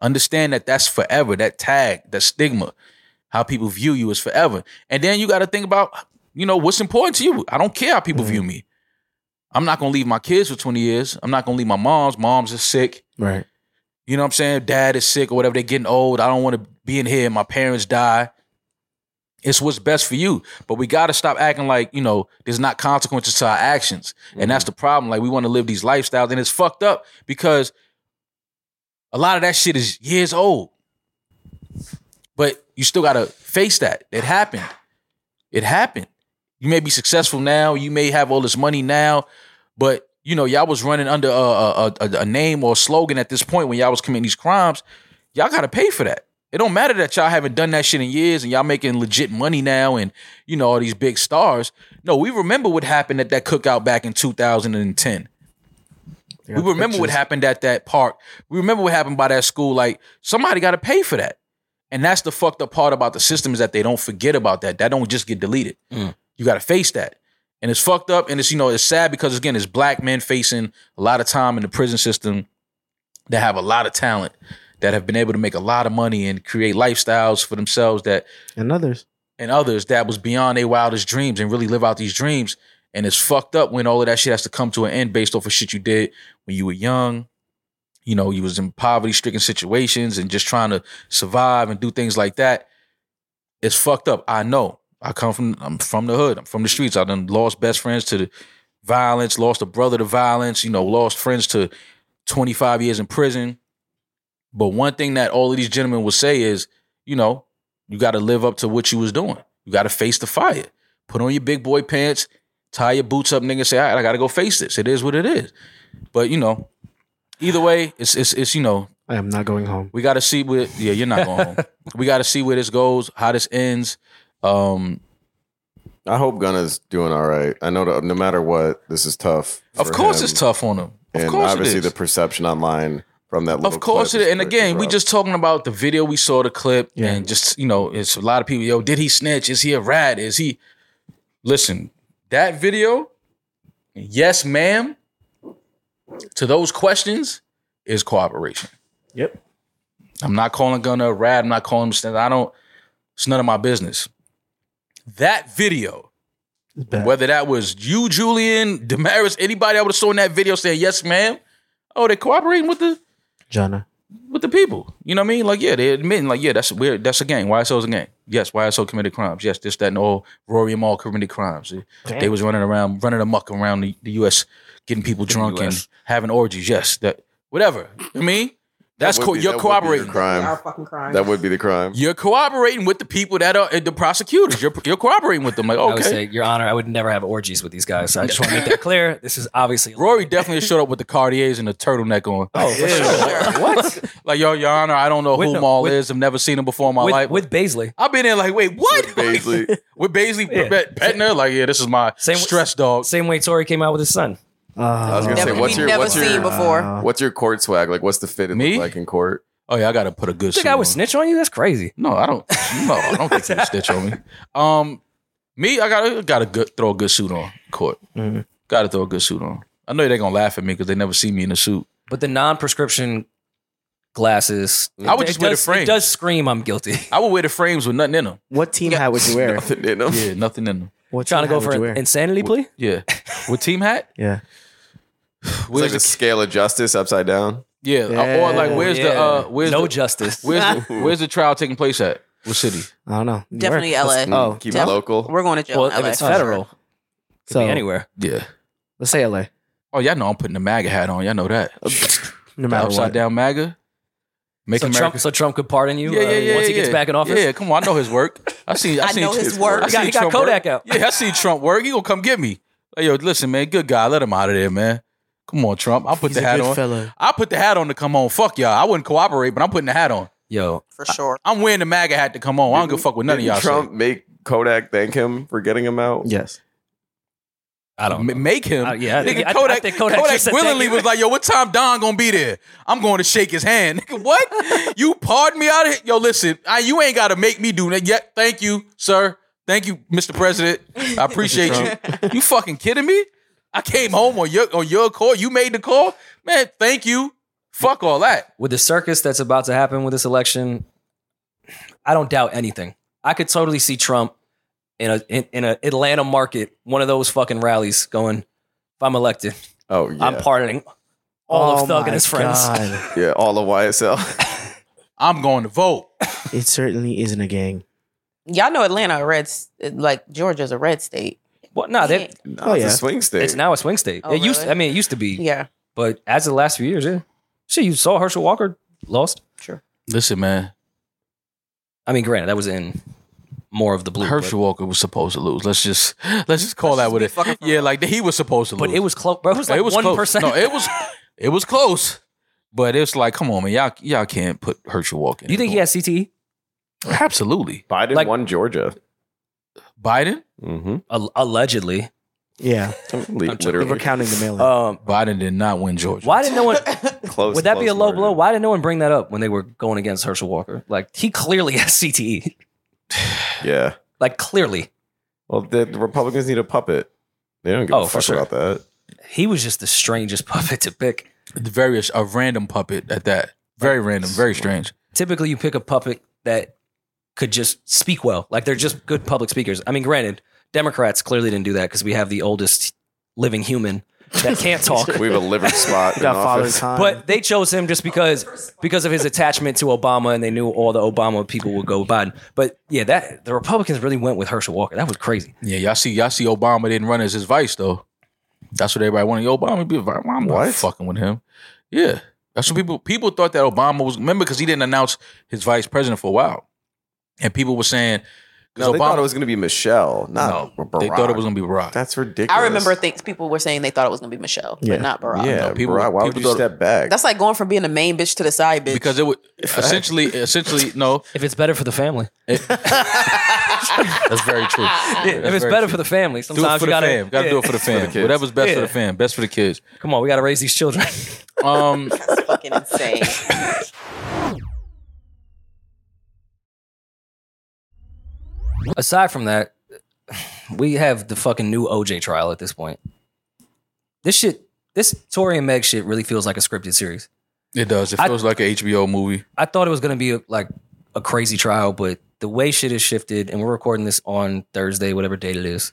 S3: Understand that that's forever, that tag, that stigma, how people view you is forever. And then you got to think about, you know, what's important to you. I don't care how people view me. I'm not going to leave my kids for 20 years. I'm not going to leave my moms. Moms are sick.
S2: Right.
S3: You know what I'm saying? Dad is sick or whatever. They're getting old. I don't want to be in here. My parents die. It's what's best for you. But we got to stop acting like, you know, there's not consequences to our actions. And that's the problem. Like, we want to live these lifestyles. And it's fucked up because a lot of that shit is years old. But you still got to face that. It happened. It happened. You may be successful now. You may have all this money now. But, you know, y'all was running under a, a, a, a name or a slogan at this point when y'all was committing these crimes. Y'all got to pay for that. It don't matter that y'all haven't done that shit in years and y'all making legit money now and, you know, all these big stars. No, we remember what happened at that cookout back in 2010. We remember what happened at that park. We remember what happened by that school. Like somebody got to pay for that, and that's the fucked up part about the system is that they don't forget about that. That don't just get deleted. You got to face that, and it's fucked up. And it's you know it's sad because again it's black men facing a lot of time in the prison system that have a lot of talent that have been able to make a lot of money and create lifestyles for themselves that
S2: and others.
S3: and others that was beyond their wildest dreams and really live out these dreams. And it's fucked up when all of that shit has to come to an end based off of shit you did when you were young. You know, you was in poverty stricken situations and just trying to survive and do things like that. It's fucked up. I know. I come from I'm from the hood. I'm from the streets. I done lost best friends to the violence, lost a brother to violence, you know, lost friends to 25 years in prison. But one thing that all of these gentlemen will say is, you know, you got to live up to what you was doing. You got to face the fire. Put on your big boy pants, tie your boots up, nigga. Say, all right, I got to go face this. It is what it is. But you know, either way, it's it's it's you know,
S2: I am not going home.
S3: we got to see where. Yeah, you're not going home. We got to see where this goes, how this ends. Um,
S4: I hope Gunna's doing all right. I know that no matter what, this is tough.
S3: of
S4: for
S3: course,
S4: him.
S3: it's tough on him. Of
S4: and
S3: course, it
S4: obviously
S3: is.
S4: the perception online from that. Little
S3: Of course
S4: clip
S3: it is. And
S4: pretty
S3: again, we
S4: rough.
S3: just talking about the video we saw, the clip,
S2: Yeah.
S3: and just, you know, it's a lot of people, yo, did he snitch? Is he a rat? Is he listen, that video, yes, ma'am, to those questions is cooperation.
S2: Yep.
S3: I'm not calling Gunna a rat. I'm not calling him a snitch. I don't, it's none of my business. That video whether that was you, Julian, Damaris, anybody I would have saw in that video saying, yes, ma'am. Oh, they're cooperating with the
S2: Jonna.
S3: with the people. You know what I mean? Like, yeah, they're admitting, like, yeah, that's weird. That's a gang. YSO's a gang. Yes, YSO committed crimes. Yes, this, that, and all. Rory and all committed crimes. They- They was running around, running amok around the, the U.S., getting people drunk and
S1: US.
S3: having orgies. Yes, that whatever. You know what I mean, that's
S4: That would
S3: co-
S4: be-
S3: you're
S4: that would be your
S3: cooperating.
S4: crime.
S7: fucking crying.
S4: That would be the crime.
S3: You're cooperating with the people that are the prosecutors. You're you're cooperating with them. Like,
S1: I would
S3: okay,
S1: say, Your Honor, I would never have orgies with these guys. So I just want to make that clear. This is obviously
S3: Rory definitely showed up with the Cartiers and the turtleneck on.
S1: Oh, for sure. what?
S3: Like, yo, Your Honor, I don't know
S1: With
S3: who
S1: the-
S3: Maul
S1: with-
S3: is. I've never seen him before in my
S1: With,
S3: life.
S1: with Baisley.
S3: I've been there like, wait, what?
S4: Basically,
S3: With Baisley
S1: Yeah.
S3: pet petting her? Like, yeah, this is my
S1: Same-
S3: stress dog.
S1: Same way Tori came out with his son.
S2: I
S4: was gonna
S7: Never,
S4: say, what's
S7: we've
S4: your-
S7: never
S4: what's your-
S7: seen
S2: Uh,
S7: before.
S4: what's your court swag like? What's the fit it
S3: Me?
S4: look like in court?
S3: Oh, yeah, I got to put a good
S1: Think
S3: suit
S1: I would
S3: on.
S1: snitch on you? That's crazy.
S3: No, I don't. No, I don't think you would snitch on me. Um, me, I got to got to good, throw a good suit on court.
S1: Mm-hmm.
S2: Mhm.
S3: Got to throw a good suit on. I know they're going to laugh at me because they never see me in a suit.
S1: But the non prescription glasses.
S3: I would
S1: it
S3: just wear the
S1: does-
S3: frame.
S1: It does scream I'm guilty.
S3: I would wear the frames with nothing in them.
S2: What team hat would you wear?
S4: Nothing in them.
S3: Yeah, nothing in them.
S2: What
S1: Trying to
S2: team
S1: go
S2: hat
S1: for
S2: would you
S1: an
S2: wear?
S1: insanity plea?
S3: Yeah. With team hat?
S2: yeah.
S4: It's like
S3: Where's
S4: a
S3: the,
S4: scale of justice upside down.
S3: yeah. uh, Or like, where's the,
S1: Yeah.
S3: uh, where's
S1: no
S3: the,
S1: justice?
S3: Where's the, where's the trial taking place at? What city?
S2: I don't know. New
S7: Definitely
S2: York.
S7: LA.
S2: Let's- Oh,
S4: Keep it
S7: Def-
S4: local.
S7: We're going to jail.
S1: well,
S7: in
S1: if
S7: LA.
S1: it's federal, it could
S2: so
S1: be anywhere.
S3: Yeah.
S2: let's say LA.
S3: Oh, y'all know I'm putting the MAGA hat on. Y'all know that.
S2: No matter
S3: Upside
S2: what.
S3: down MAGA. Make
S1: So
S3: America.
S1: Trump, so Trump could pardon you uh, once he gets
S3: yeah.
S1: back in office.
S3: Yeah, come on. I know his work. I see. I,
S7: I
S3: seen,
S7: know his work.
S3: I
S1: He got-
S3: seen
S1: he got
S3: Trump
S1: Kodak
S3: work.
S1: out.
S3: Yeah, I see Trump work. He gonna come get me. Like, yo, listen, man. Good guy. Let him out of there, man. Come on, Trump. I'll put
S2: He's
S3: the
S2: a
S3: hat
S2: good
S3: on.
S2: fella.
S3: I'll put the hat on to come on. Fuck y'all. I wouldn't cooperate, but I'm putting the hat on.
S1: Yo,
S7: for sure.
S3: I'm wearing the MAGA hat to come on. I don't give a fuck with none of
S4: Didn't
S3: y'all.
S4: Trump make Kodak thank him for getting him out.
S2: Yes.
S1: I
S3: say.
S1: don't.
S3: M- make him.
S1: Uh, yeah, I think-
S3: Nigga,
S1: I- I
S3: Kodak,
S1: think Kodak
S3: Kodak,
S1: just said
S3: willingly
S1: thank you.
S3: was like, "Yo, what time Don gonna be there? I'm going to shake his hand." Nigga, what? you pardon me out of here? Yo, listen, I, you ain't got to make me do that yet. Thank you, sir. Thank you, Mr. President. I appreciate you. You fucking kidding me? I came home on your on your call. You made the call, man. Thank you. Fuck all that.
S1: with the circus that's about to happen with this election, I don't doubt anything. I could totally see Trump in a in, in a Atlanta market, one of those fucking rallies, going, "If I'm elected,
S4: Oh yeah.
S1: I'm pardoning all
S2: Oh
S1: of Thug
S2: my
S1: and his friends.
S2: God.
S4: Yeah, all of YSL.
S3: I'm going to vote.
S2: It certainly isn't a gang.
S7: Y'all know Atlanta a red s- like Georgia's a red state.
S1: Well, no, they,
S4: No,
S2: Oh,
S4: it's
S2: yeah.
S4: a swing state.
S1: it's now a swing state.
S7: Oh,
S1: it used,
S7: really?
S1: I mean, it used to be,
S7: Yeah.
S1: but as of the last few years, yeah. Shit, you saw Herschel Walker lost.
S3: Listen, man,
S1: I mean, granted, that was in more of the blue. but-
S3: Herschel Walker was supposed to lose. Let's just let's just call that
S7: just
S3: what
S7: be
S3: it.
S7: fucking
S3: Yeah, like he was supposed to
S1: but,
S3: lose.
S1: it was close. Bro, it was like
S3: it was
S1: one
S3: close.
S1: percent.
S3: No, it was it was close. But it's like, come on, man, y'all y'all can't put Herschel Walker. in
S1: you think
S3: the
S1: he has E? CTE?
S3: door. Absolutely,
S4: Biden
S1: Like-
S4: won Georgia.
S3: Biden.
S4: Mm-hmm.
S1: Al- allegedly.
S2: Yeah,
S4: Literally.
S2: we're counting the mail.
S3: Uh,
S1: Um,
S3: Biden did not win Georgia.
S1: why didn't no one?
S4: Close.
S1: Would that be a
S4: close
S1: low
S4: margin.
S1: blow? Why didn't no one bring that up when they were going against Herschel Walker? Like he clearly has CTE.
S4: Yeah.
S1: Like clearly,
S4: Well, the the Republicans need a puppet. They don't give
S1: Oh,
S4: a
S1: for
S4: fuck
S1: sure.
S4: about that.
S1: he was just the strangest puppet to pick.
S3: the various a random puppet at that? Very random, very strange.
S1: Typically, you pick a puppet that could just speak well. Like they're just good public speakers. I mean, granted, Democrats clearly didn't do that because we have the oldest living human that can't talk.
S4: We have a liver spot.
S2: We got
S4: in
S2: Father
S4: office.
S2: Time.
S1: But they chose him just because because of his attachment to Obama, and they knew all the Obama people would go with Biden. But yeah, that the Republicans really went with Herschel Walker. That was crazy.
S3: Yeah, y'all see, y'all see, Obama didn't run as his vice though. That's what everybody wanted. Obama be. I'm not
S4: What?
S3: fucking with him. Yeah, that's what people people thought that Obama was. Remember, because he didn't announce his vice president for a while, and people were saying, because
S4: No, they
S3: Obama
S4: thought it was going to be Michelle.
S3: no,
S4: Not Barack.
S3: they thought it was gonna be Barack.
S4: That's ridiculous.
S7: I remember things people were saying they thought it was gonna be Michelle,
S2: Yeah.
S7: but not Barack.
S4: Yeah,
S3: No, people-
S4: Barack, why would
S3: people
S4: you
S3: thought-
S4: step back?
S7: That's like going from being the main bitch to the side bitch.
S3: because it would essentially, essentially, no,
S1: If it's better for the family.
S3: that's very true.
S1: if it's better for the family,
S3: do it
S1: sometimes
S3: for
S1: you
S3: the
S1: gotta,
S3: fam. Got to
S1: yeah.
S3: do it for the fam.
S4: kids.
S3: Whatever's best for
S1: Yeah.
S3: the fam, best for the kids.
S1: Come on, we gotta raise these children.
S3: Um,
S7: it's fucking insane.
S1: Aside from that, we have the fucking new OJ trial at this point. This shit, this Tory and Meg shit, really feels like a scripted series.
S3: it does. It
S1: I-
S3: feels like an HBO movie.
S1: I thought it was gonna be like a crazy trial, but the way shit has shifted, and we're recording this on Thursday, whatever date it is.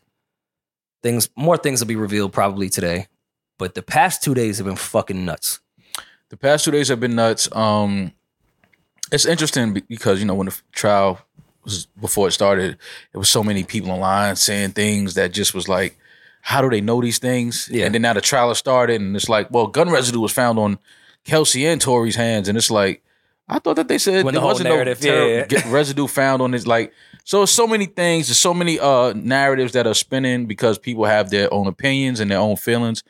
S1: Things, more things will be revealed probably today, but the past two days have been fucking nuts.
S3: The past two days have been nuts. Um, it's interesting be- because you know when the f- trial was before it started, it was so many people online saying things that just was like, how do they know these things?
S1: Yeah.
S3: And then now the trial has started, and it's like, well, gun residue was found on Kelsey and Tory's hands, and it's like, I thought that they
S1: When
S3: said
S1: the
S3: there
S1: whole
S3: wasn't
S1: narrative-
S3: no terror-
S1: yeah, yeah.
S3: get residue found on his like. So it's so many things, there's so many uh narratives that are spinning because people have their own opinions and their own feelings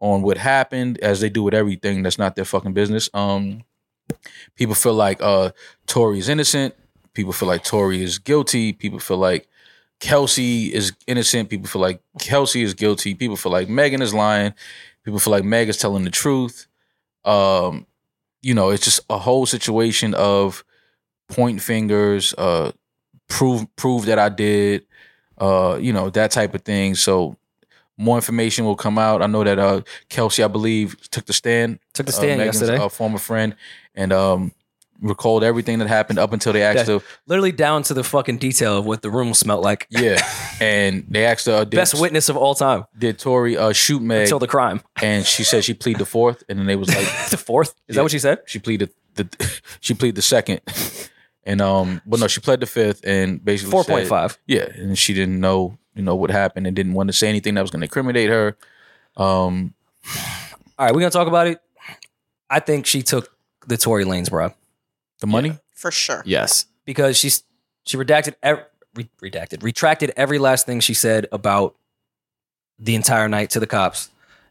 S3: on what happened, as they do with everything that's not their fucking business. Um, people feel like uh Tory is innocent. People feel like Tory is guilty. People feel like Kelsey is innocent. People feel like Kelsey is guilty. People feel like Megan is lying. People feel like Meg is telling the truth. Um, you know, it's just a whole situation of point fingers, uh, prove prove that I did, uh, you know, that type of thing. So more information will come out. I know that uh Kelsey, I believe, took the stand.
S1: Took the
S3: uh,
S1: stand
S3: Megan's,
S1: yesterday.
S3: uh, former friend, and um recalled everything that happened up until they asked
S1: Yeah.
S3: her.
S1: Literally down to the fucking detail of what the room smelled like.
S3: Yeah, and they asked her, uh, did,
S1: Best witness of all time
S3: did Tori uh, shoot Meg?
S1: until the crime.
S3: and she said she plead the fourth, and then they was like,
S1: the fourth? Is that what she said?
S3: she pleaded the, she pleaded the second, and um, but no, she pled the fifth, and basically
S1: Four
S3: said-
S1: point five.
S3: Yeah, and she didn't know, you know, what happened, and didn't want to say anything that was going to incriminate her. Um,
S1: All right, we're gonna talk about it. I think she took the Tory Lanes bribe
S3: the money.
S7: For sure.
S4: yes.
S1: because she's she redacted ev- re- redacted retracted every last thing she said about the entire night to the cops,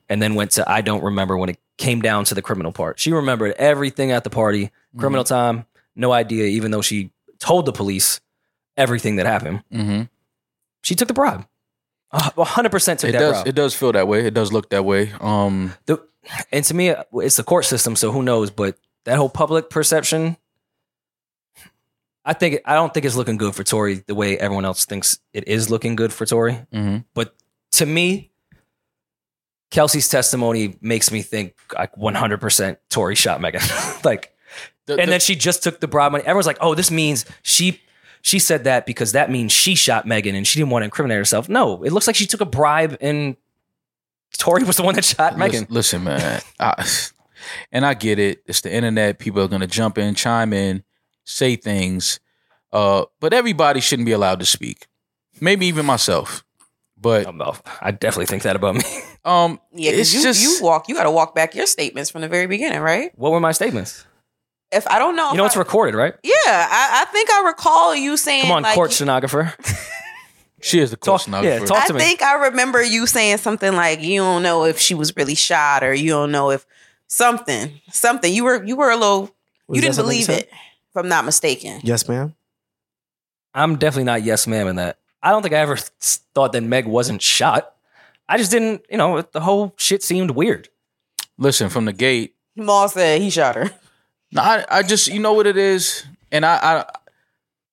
S1: and then went to I don't remember when it came down to the criminal part. She remembered everything at the party, criminal
S3: Mm-hmm.
S1: time, no idea, even though she told the police everything that happened.
S3: Mm-hmm.
S1: She took the bribe. hundred percent took
S3: It
S1: that
S3: does.
S1: bribe.
S3: It does feel that way. It does look that way. Um,
S1: the and to me uh, it's the court system so who knows but that whole public perception i think i don't think it's looking good for tory the way everyone else thinks it is looking good for tory
S3: mhm.
S1: to me kelsey's testimony makes me think like 100% tory shot megan like
S3: The-
S1: and
S3: the-
S1: then she just took the bribe money everyone's like oh this means she she said that because that means she shot megan and she didn't want to incriminate herself no it looks like she took a bribe and tory was the one that shot
S3: Listen-
S1: megan
S3: Listen, man. I, And I get it. It's the internet. People are going to jump in, chime in, say things. Uh, but everybody shouldn't be allowed to speak. Maybe even myself. But
S1: I'm off. Um, oh, I definitely think that about me.
S3: um,
S7: Yeah, 'cause
S3: it's
S7: you,
S3: just
S7: you walk. You got to walk back your statements from the very beginning, right?
S1: What were my statements?
S7: If I don't know,
S1: You know
S7: if
S1: it's
S7: I,
S1: recorded, right?
S7: yeah. I, I think I recall you saying,
S1: Come on,
S7: like,
S1: court
S7: you-
S1: stenographer.
S3: she is the
S1: Talk-
S3: course
S1: yeah, talk-
S7: I
S1: to me.
S7: think I remember you saying something like, "You don't know if she was really shot, or you don't know if something, something." You were you were a little.
S2: Was
S7: you
S2: that
S7: didn't
S2: something you
S7: believe
S2: said?
S7: it, if I'm not mistaken.
S2: Yes, ma'am.
S1: I'm definitely not yes ma'am in that. I don't think I ever th- thought that Meg wasn't shot. I just didn't, you know, the whole shit seemed weird.
S3: Listen, from the gate,
S7: Maul said he shot her.
S3: No, I, I just you know what it is, and I, I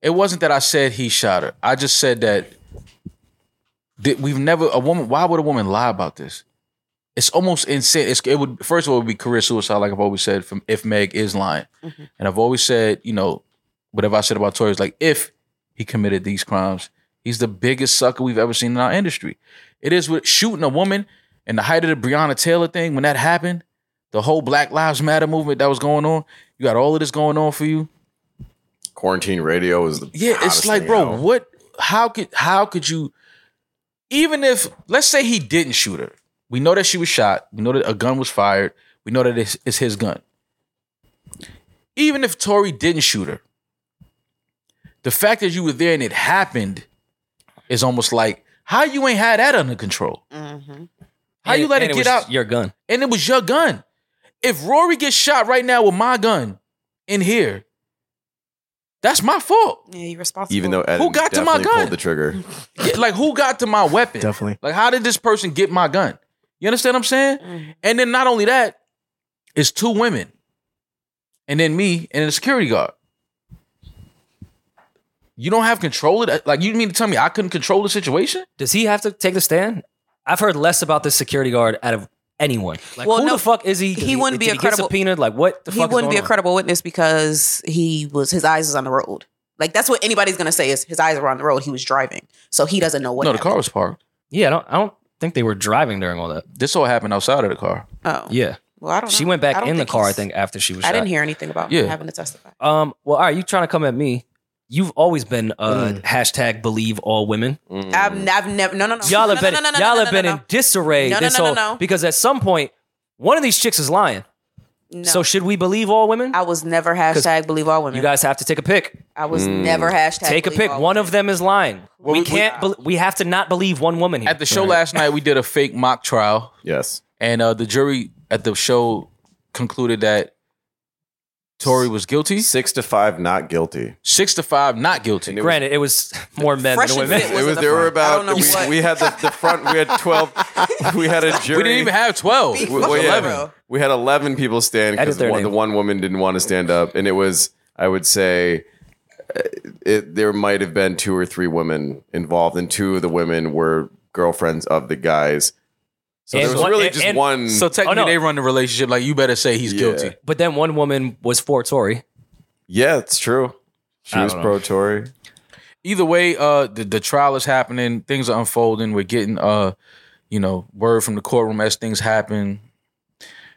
S3: it wasn't that I said he shot her. I just said that that we've never a woman. Why would a woman lie about this? It's almost insane. It's, it would first of all it would be career suicide, like I've always said. From if Meg is lying, and I've always said, you know, whatever I said about Tory is like if he committed these crimes, he's the biggest sucker we've ever seen in our industry. It is with shooting a woman and the height of the Breonna Taylor thing when that happened the whole Black Lives Matter movement that was going on. You got all of this going on for you.
S4: Quarantine radio is the
S3: Yeah, it's
S4: hottest
S3: like,
S4: thing
S3: bro,
S4: out.
S3: what? How could how could you? Even if let's say he didn't shoot her, we know that she was shot. We know that a gun was fired. We know that it's, it's his gun. Even if Tory didn't shoot her, the fact that you were there and it happened is almost like how you ain't had that under control.
S7: Mm-hmm.
S3: How
S1: And-
S3: you let
S1: and
S3: it get
S1: was
S3: out?
S1: Your gun.
S3: and it was your gun. If Rory gets shot right now with my gun in here, that's my fault.
S7: Yeah, you responsible.
S4: Even though Ed
S3: Who got to my
S4: definitely
S3: gun?
S4: pulled the trigger.
S3: Yeah, Like, who got to my weapon?
S2: Definitely.
S3: Like, how did this person get my gun? You understand what I'm saying?
S7: Mhm.
S3: And then not only that, it's two women, and then me, and then a security guard. You don't have control of that. Like, you mean to tell me I couldn't control the situation?
S1: Does he have to take the stand? I've heard less about this security guard out of anyone. Like,
S7: Well,
S1: who
S7: no,
S1: the fuck is he?
S7: he
S1: Did
S7: wouldn't be
S1: did
S7: a
S1: he get
S7: credible-
S1: subpoenaed? Like, what the
S7: he
S1: fuck? is
S7: wouldn't be a
S1: going on?
S7: credible witness because he was his eyes was on the road. Like that's what anybody's gonna say is his eyes were on the road. He was driving, so he doesn't know what.
S3: no, the car
S7: happened.
S3: was parked.
S1: Yeah, I don't. I don't think they were driving during all that.
S3: This all happened outside of the car.
S7: Oh,
S1: Yeah,
S7: Well, I don't.
S1: she
S7: know.
S1: went
S7: I
S1: back
S7: don't
S1: in the car. I
S7: he's-
S1: think after she was.
S7: I
S1: shot.
S7: didn't hear anything about
S3: Yeah.
S7: him having to testify.
S1: Um. Well, all right. You trying to come at me? You've always been uh,
S3: Mm.
S1: hashtag believe all women.
S7: I've, I've never. No, no, no.
S1: Mm. Y'all
S7: no,
S1: have been
S7: No, no, no, no,
S1: y'all
S7: no,
S1: have
S7: no,
S1: been
S7: no,
S1: in disarray
S7: No, no,
S1: this
S7: no, no,
S1: whole
S7: no.
S1: because at some point one of these chicks is lying.
S7: no.
S1: So should we believe all women?
S7: I was never hashtag believe all women.
S1: You guys have to take a pick.
S7: I was never hashtag.
S1: Take a
S7: believe
S1: pick.
S7: all
S1: One
S7: women.
S1: of them is lying. we
S3: we-
S1: can't. bel we have to not believe one woman here.
S3: At the show last night, we did a fake mock trial
S4: Yes.
S3: And uh, the jury at the show concluded that Tory was guilty,
S4: Six to five, not guilty.
S3: six to five, not guilty.
S4: And it was-
S1: Granted, it was more men
S7: Fresh
S1: than
S7: and
S1: women.
S7: fit
S4: It
S7: in
S4: was
S7: the
S4: there were
S7: front. I don't
S4: about
S7: know
S4: we,
S7: what.
S4: we had the, the front we had twelve we had a jury
S3: We didn't even have twelve. It
S7: Beef
S3: was
S7: was
S4: well, yeah,
S3: eleven.
S7: bro.
S4: we had eleven people stand
S1: Edit
S4: because
S1: their
S4: the, one- the
S1: name.
S4: one woman didn't want to stand up, and it was I would say uh, it, there might have been two or three women involved, and two of the women were girlfriends of the guys. So
S1: And
S4: there was
S1: one-
S4: really
S1: and-
S4: just
S1: and-
S4: one.
S3: So technically,
S1: Oh, no.
S3: they run the relationship. Like you better say he's
S4: Yeah.
S3: guilty.
S1: But then one woman was for Tory.
S4: yeah, it's true. She was pro Tory.
S3: Either way, uh, the, the trial is happening. Things are unfolding. We're getting uh, you know, word from the courtroom as things happen.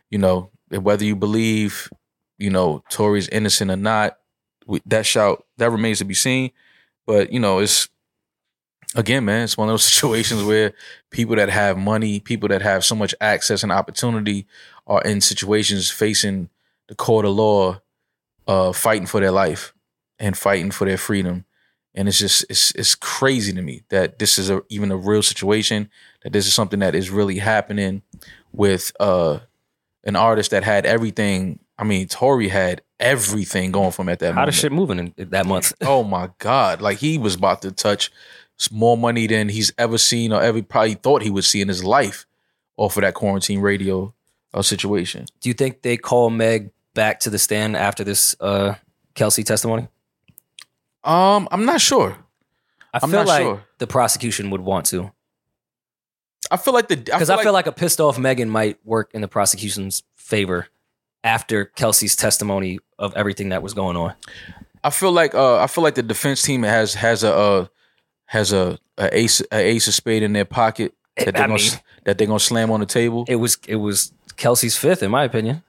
S3: You know, and whether you believe, you know, Tory's innocent or not, we, that shout that remains to be seen. But you know, it's again, man, it's one of those situations where people that have money, people that have so much access and opportunity, are in situations facing the court of law, uh, fighting for their life and fighting for their freedom. And it's just it's it's crazy to me that this is a, even a real situation. That this is something that is really happening with uh, an artist that had everything. I mean, Tory had everything going for him at that
S1: How
S3: moment
S1: the shit moving in, in that month?
S3: oh my god like he was about to touch s- more money than he's ever seen or ever probably thought he would see in his life off of that quarantine radio uh, situation
S1: Do you think they call Meg back to the stand after this uh, Kelsey testimony?
S3: um i'm not sure
S1: I
S3: I'm
S1: feel
S3: not
S1: like
S3: sure.
S1: the prosecution would want to
S3: i feel like the
S1: because I, feel like a pissed off Megan might work in the prosecution's favor after Kelsey's testimony of everything that was going on.
S3: I feel like uh, I feel like the defense team has has a uh, has a, a ace a ace of spade in their pocket that
S1: I
S3: they're gonna
S1: mean-
S3: s that they're gonna slam on the table.
S1: It was it was Kelsey's fifth, in my opinion.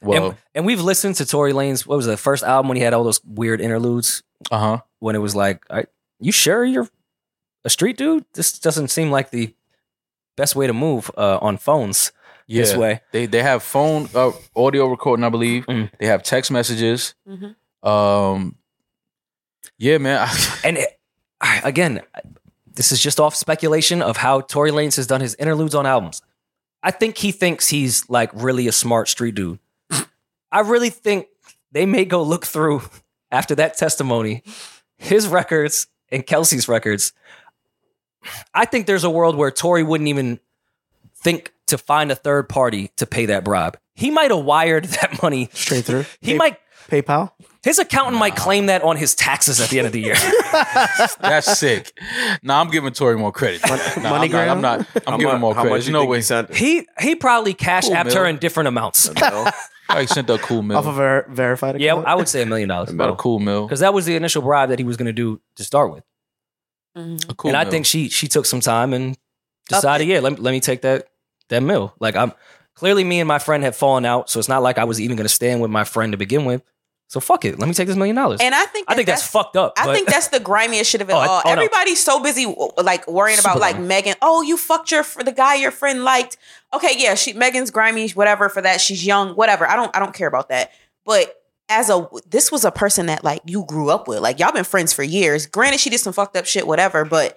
S3: Well,
S1: And, and we've listened to Tory Lane's what was it, the first album when he had all those weird interludes
S3: uh huh.
S1: when it was like, I, you sure you're a street dude? This doesn't seem like the best way to move uh, on phones
S3: Yeah.
S1: this way.
S3: They they have phone uh, audio recording, I believe.
S1: Mm.
S3: They have text messages.
S7: Mhm.
S3: Um, yeah, man.
S1: And it, I- again, this is just off speculation of how Tory Lanez has done his interludes on albums. I think he thinks he's like really a smart street dude. I really think they may go look through after that testimony his records and Kelsey's records. I think there's a world where Tory wouldn't even think to find a third party to pay that bribe. He might have wired that money.
S2: Straight through.
S1: He
S2: Pay-
S1: might
S2: PayPal.
S1: his accountant might claim that on his taxes at the end of the year.
S3: That's sick. Nah, I'm giving Tori more credit. Nah, I'm not.
S2: MoneyGram?
S3: I'm, not, I'm
S4: How
S3: giving
S4: mu-
S3: more
S4: how
S3: credit.
S4: much
S3: There's
S4: you
S3: no
S4: think
S3: way.
S4: he sent?
S1: He he probably cashed
S3: Cool,
S1: apped her
S3: Mel.
S1: in different amounts.
S4: No?
S3: I sent a cool
S2: Off of
S3: mill.
S2: ver- verified
S1: yeah,
S2: account?
S1: I would say a million dollars
S3: About a cool mill.
S1: because that was the initial bribe that he was going to do to start with.
S7: Mhm.
S3: A cool
S1: and I
S3: mill.
S1: think she she took some time and decided, yeah, let, me- let me take that that mill. Like I'm clearly me and my friend had fallen out, so it's not like I was even going to stand with my friend to begin with. So fuck it, let me take this million dollars.
S7: And I think
S1: I
S7: that
S1: think that's, fucked up.
S7: I
S1: but-
S7: think that's the grimiest shit of it
S1: Oh, I-
S7: all.
S1: oh, no.
S7: Everybody's so busy w- like worrying
S1: Super
S7: about like
S1: grimy.
S7: Megan. Oh, you fucked your fr- the guy your friend liked. Okay, yeah, she Megan's grimy, whatever for that. She's young, whatever. I don't I don't care about that. But as a this was a person that like you grew up with. Like y'all been friends for years. Granted, she did some fucked up shit, whatever. But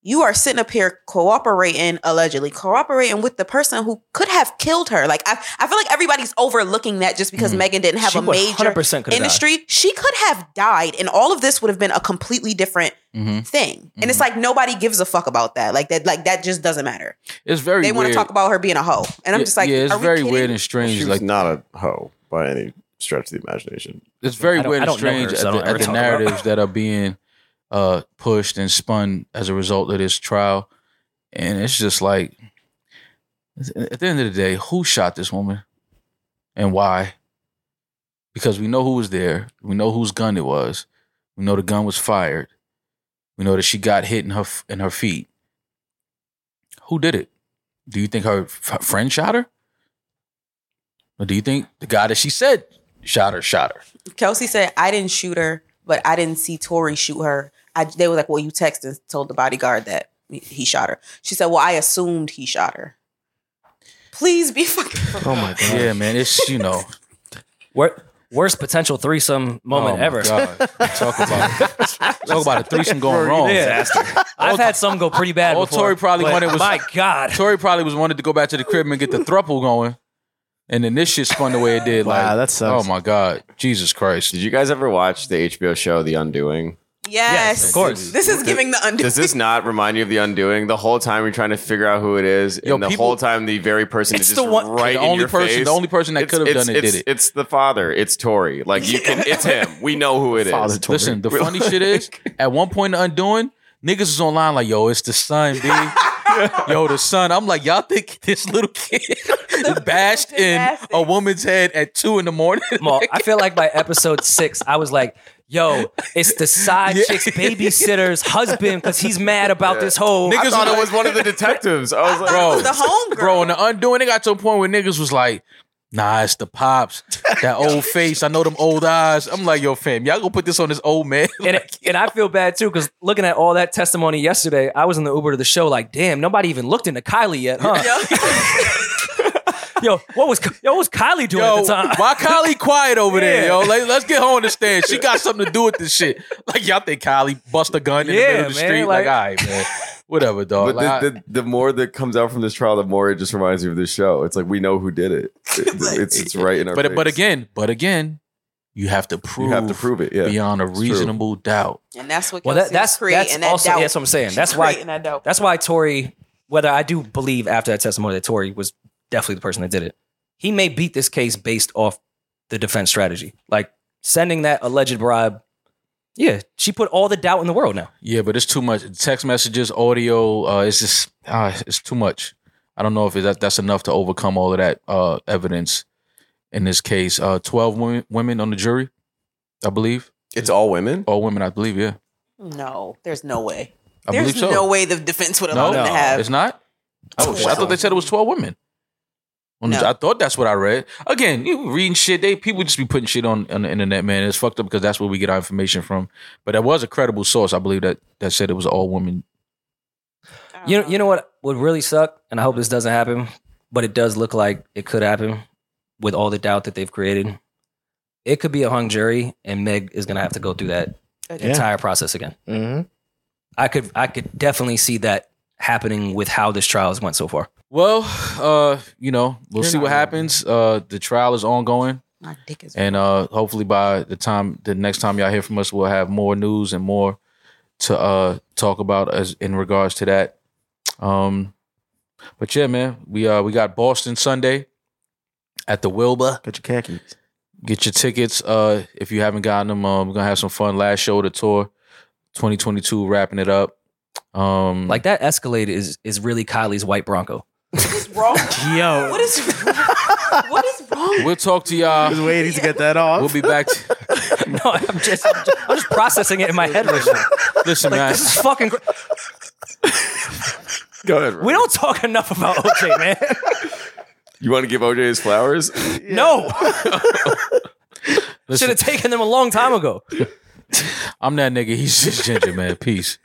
S7: you are sitting up here cooperating allegedly cooperating with the person who could have killed her. Like I I feel like everybody's overlooking that just because Megan didn't have
S1: Mm. She
S7: a major
S1: 100% coulda died.
S7: industry. She could have died, and all of this would have been a completely different
S3: Mhm.
S7: thing. And it's like
S1: Mm-hmm.
S7: nobody gives a fuck about that. Like that, like that just doesn't matter.
S3: it's very.
S7: They want to
S3: weird.
S7: talk about her being a hoe, and I'm
S3: Yeah,
S7: just like,
S3: yeah, it's
S7: are we
S3: very
S7: kidding?
S3: weird and strange.
S4: She was
S3: like
S4: not a hoe by any stretch of the imagination.
S3: it's very
S1: I don't-
S3: weird
S1: I
S3: and
S1: don't know her,
S3: strange
S1: so I
S3: at
S1: don't
S3: the,
S1: ever
S3: at the
S1: talk about her.
S3: narratives that are being uh, pushed and spun as a result of this trial, and it's just like at the end of the day, who shot this woman and why? Because we know who was there, we know whose gun it was, we know the gun was fired, we know that she got hit in her f- in her feet. Who did it? Do you think her f- friend shot her? Or do you think the guy that she said shot her shot her?
S7: Kelsey said, I didn't shoot her, but I didn't see Tori shoot her. I, they were like, well, you texted, told the bodyguard that he shot her. She said, well, I assumed he shot her. Please be fucking.
S2: Oh my god.
S3: Yeah, man, it's you know
S1: Wor- worst potential threesome
S3: oh
S1: moment
S3: my
S1: ever.
S3: God. Talk about talk about a threesome going wrong.
S1: Yeah. I've had some go pretty bad.
S3: all
S1: before,
S3: Tory probably
S1: but
S3: wanted was-
S1: my God.
S3: Tori probably was wanted to go back to the crib and get the thruple going, and then this shit spun the way it did.
S2: Wow,
S3: like,
S2: that sucks.
S3: Oh my god, Jesus Christ!
S4: Did you guys ever watch the HBO show The Undoing?
S7: Yes,
S1: of course.
S7: This is giving the undo.
S4: Does this not remind you of The Undoing? The whole time you're trying to figure out who it is,
S3: Yo,
S4: and the
S3: people-
S4: whole time the very person
S1: It's
S4: is
S1: the
S4: just
S1: one-
S4: right
S3: the
S4: in
S3: only
S4: your
S3: person-
S4: face.
S3: the only person that
S4: It's-
S3: could've
S4: it's-
S3: done it did
S4: it's-
S3: it.
S4: It's the father. It's Tori. Like you can. It's him. We know who it is.
S2: Father Tory.
S3: Listen, the funny shit is, at one point, the undoing niggas is online like, yo, it's the son, b. Yo, the son. I'm like, y'all think this little kid bashed in a woman's head at two in the morning?
S1: Mal, I feel like by episode six, I was like, yo, it's the side
S3: Yeah.
S1: chick's babysitter's husband because he's mad about this whole.
S4: I
S3: Niggas
S4: thought
S3: were
S4: it was one of the detectives. I was like,
S7: Bro,
S4: bro.
S7: was the homegirl.
S3: Bro, and the undoing, it got to a point where niggas was like, nah, it's the pops. That old face. I know them old eyes. I'm like, yo, fam, y'all gonna put this on this old man.
S1: and, it- and I feel bad too because looking at all that testimony yesterday, I was in the Uber to the show like, damn, nobody even looked into Kylie yet, huh? yo, what was yo, what was Kylie doing
S3: Yo,
S1: at the time?
S3: why Kylie quiet over there,
S1: Yeah.
S3: yo? Let, let's get her on the stand. She got something to do with this shit. Like, y'all think Kylie bust a gun in
S1: Yeah,
S3: the middle of the
S1: man,
S3: street? Like,
S1: like-
S3: all right, man. Whatever, dog.
S4: But
S3: Like, I-
S4: the, the, the more that comes out from this trial, the more it just reminds me of this show. It's like we know who did it. It- It's it's right in our.
S3: but, but
S4: face.
S3: again, but again, you have to prove,
S4: you have to prove it. Yeah.
S3: beyond a
S4: true.
S3: reasonable doubt.
S7: and that's what Kelsey
S1: well, that, that's
S7: was
S1: that's
S7: creating that
S1: also
S7: doubt.
S1: yeah, that's what I'm saying. That's why
S7: Creating that doubt.
S1: that's why Tory. Whether I do believe after that testimony that Tory was definitely the person that did it, he may beat this case based off the defense strategy, like sending that alleged bribe. Yeah, she put all the doubt in the world now.
S3: Yeah, but it's too much. Text messages, audio, uh, it's just uh, it's too much. I don't know if it, that, that's enough to overcome all of that uh, evidence in this case. Uh, Twelve women, women on the jury, I believe.
S4: It's all women.
S3: All women, I believe. Yeah,
S7: No, there's no way.
S3: I
S7: there's
S3: believe so.
S7: no way the defense would allow
S3: no,
S7: them to have.
S3: it's not. Oh, shit, I thought they said it was twelve women. On the-
S7: No.
S3: I thought that's what I read. Again, you reading shit. They people just be putting shit on, on the internet, man. It's fucked up because that's where we get our information from. But that was a credible source, I believe that that said it was all woman.
S1: You know, you know what would really suck, and I hope this doesn't happen, but it does look like it could happen with all the doubt that they've created. It could be a hung jury, and Meg is gonna have to go through that
S7: Okay.
S1: entire process again.
S2: hmm
S1: I could, I could definitely see that happening with how this trial has went so far.
S3: Well, uh, you know, we'll
S2: You're
S3: see
S2: not
S3: what
S2: wrong.
S3: happens. Uh, the trial is ongoing,
S7: My dick is.
S3: and uh, hopefully by the time the next time y'all hear from us, we'll have more news and more to uh talk about as in regards to that. Um, but yeah, man, we uh we got Boston Sunday at the Wilbur.
S2: Got your khakis.
S3: Get your tickets uh, if you haven't gotten them. Um, we're gonna have some fun. Last show of the tour, 2022, wrapping it up. Um,
S1: Like that Escalade is is really Kylie's white Bronco.
S7: What's wrong?
S2: Yo,
S7: What is? What is wrong?
S3: we'll talk to y'all.
S2: was waiting to get that off.
S3: We'll be back. To,
S1: No, I'm just, I'm just, I'm just processing it in my head right now.
S3: listen, man.
S1: This is fucking. Cr-
S4: Go ahead. Ron.
S1: we don't talk enough about OJ, man.
S4: You want to give OJ his flowers?
S1: No, should
S3: Listen,
S1: have taken them a long time ago.
S3: I'm that nigga. He's just ginger, man. Peace.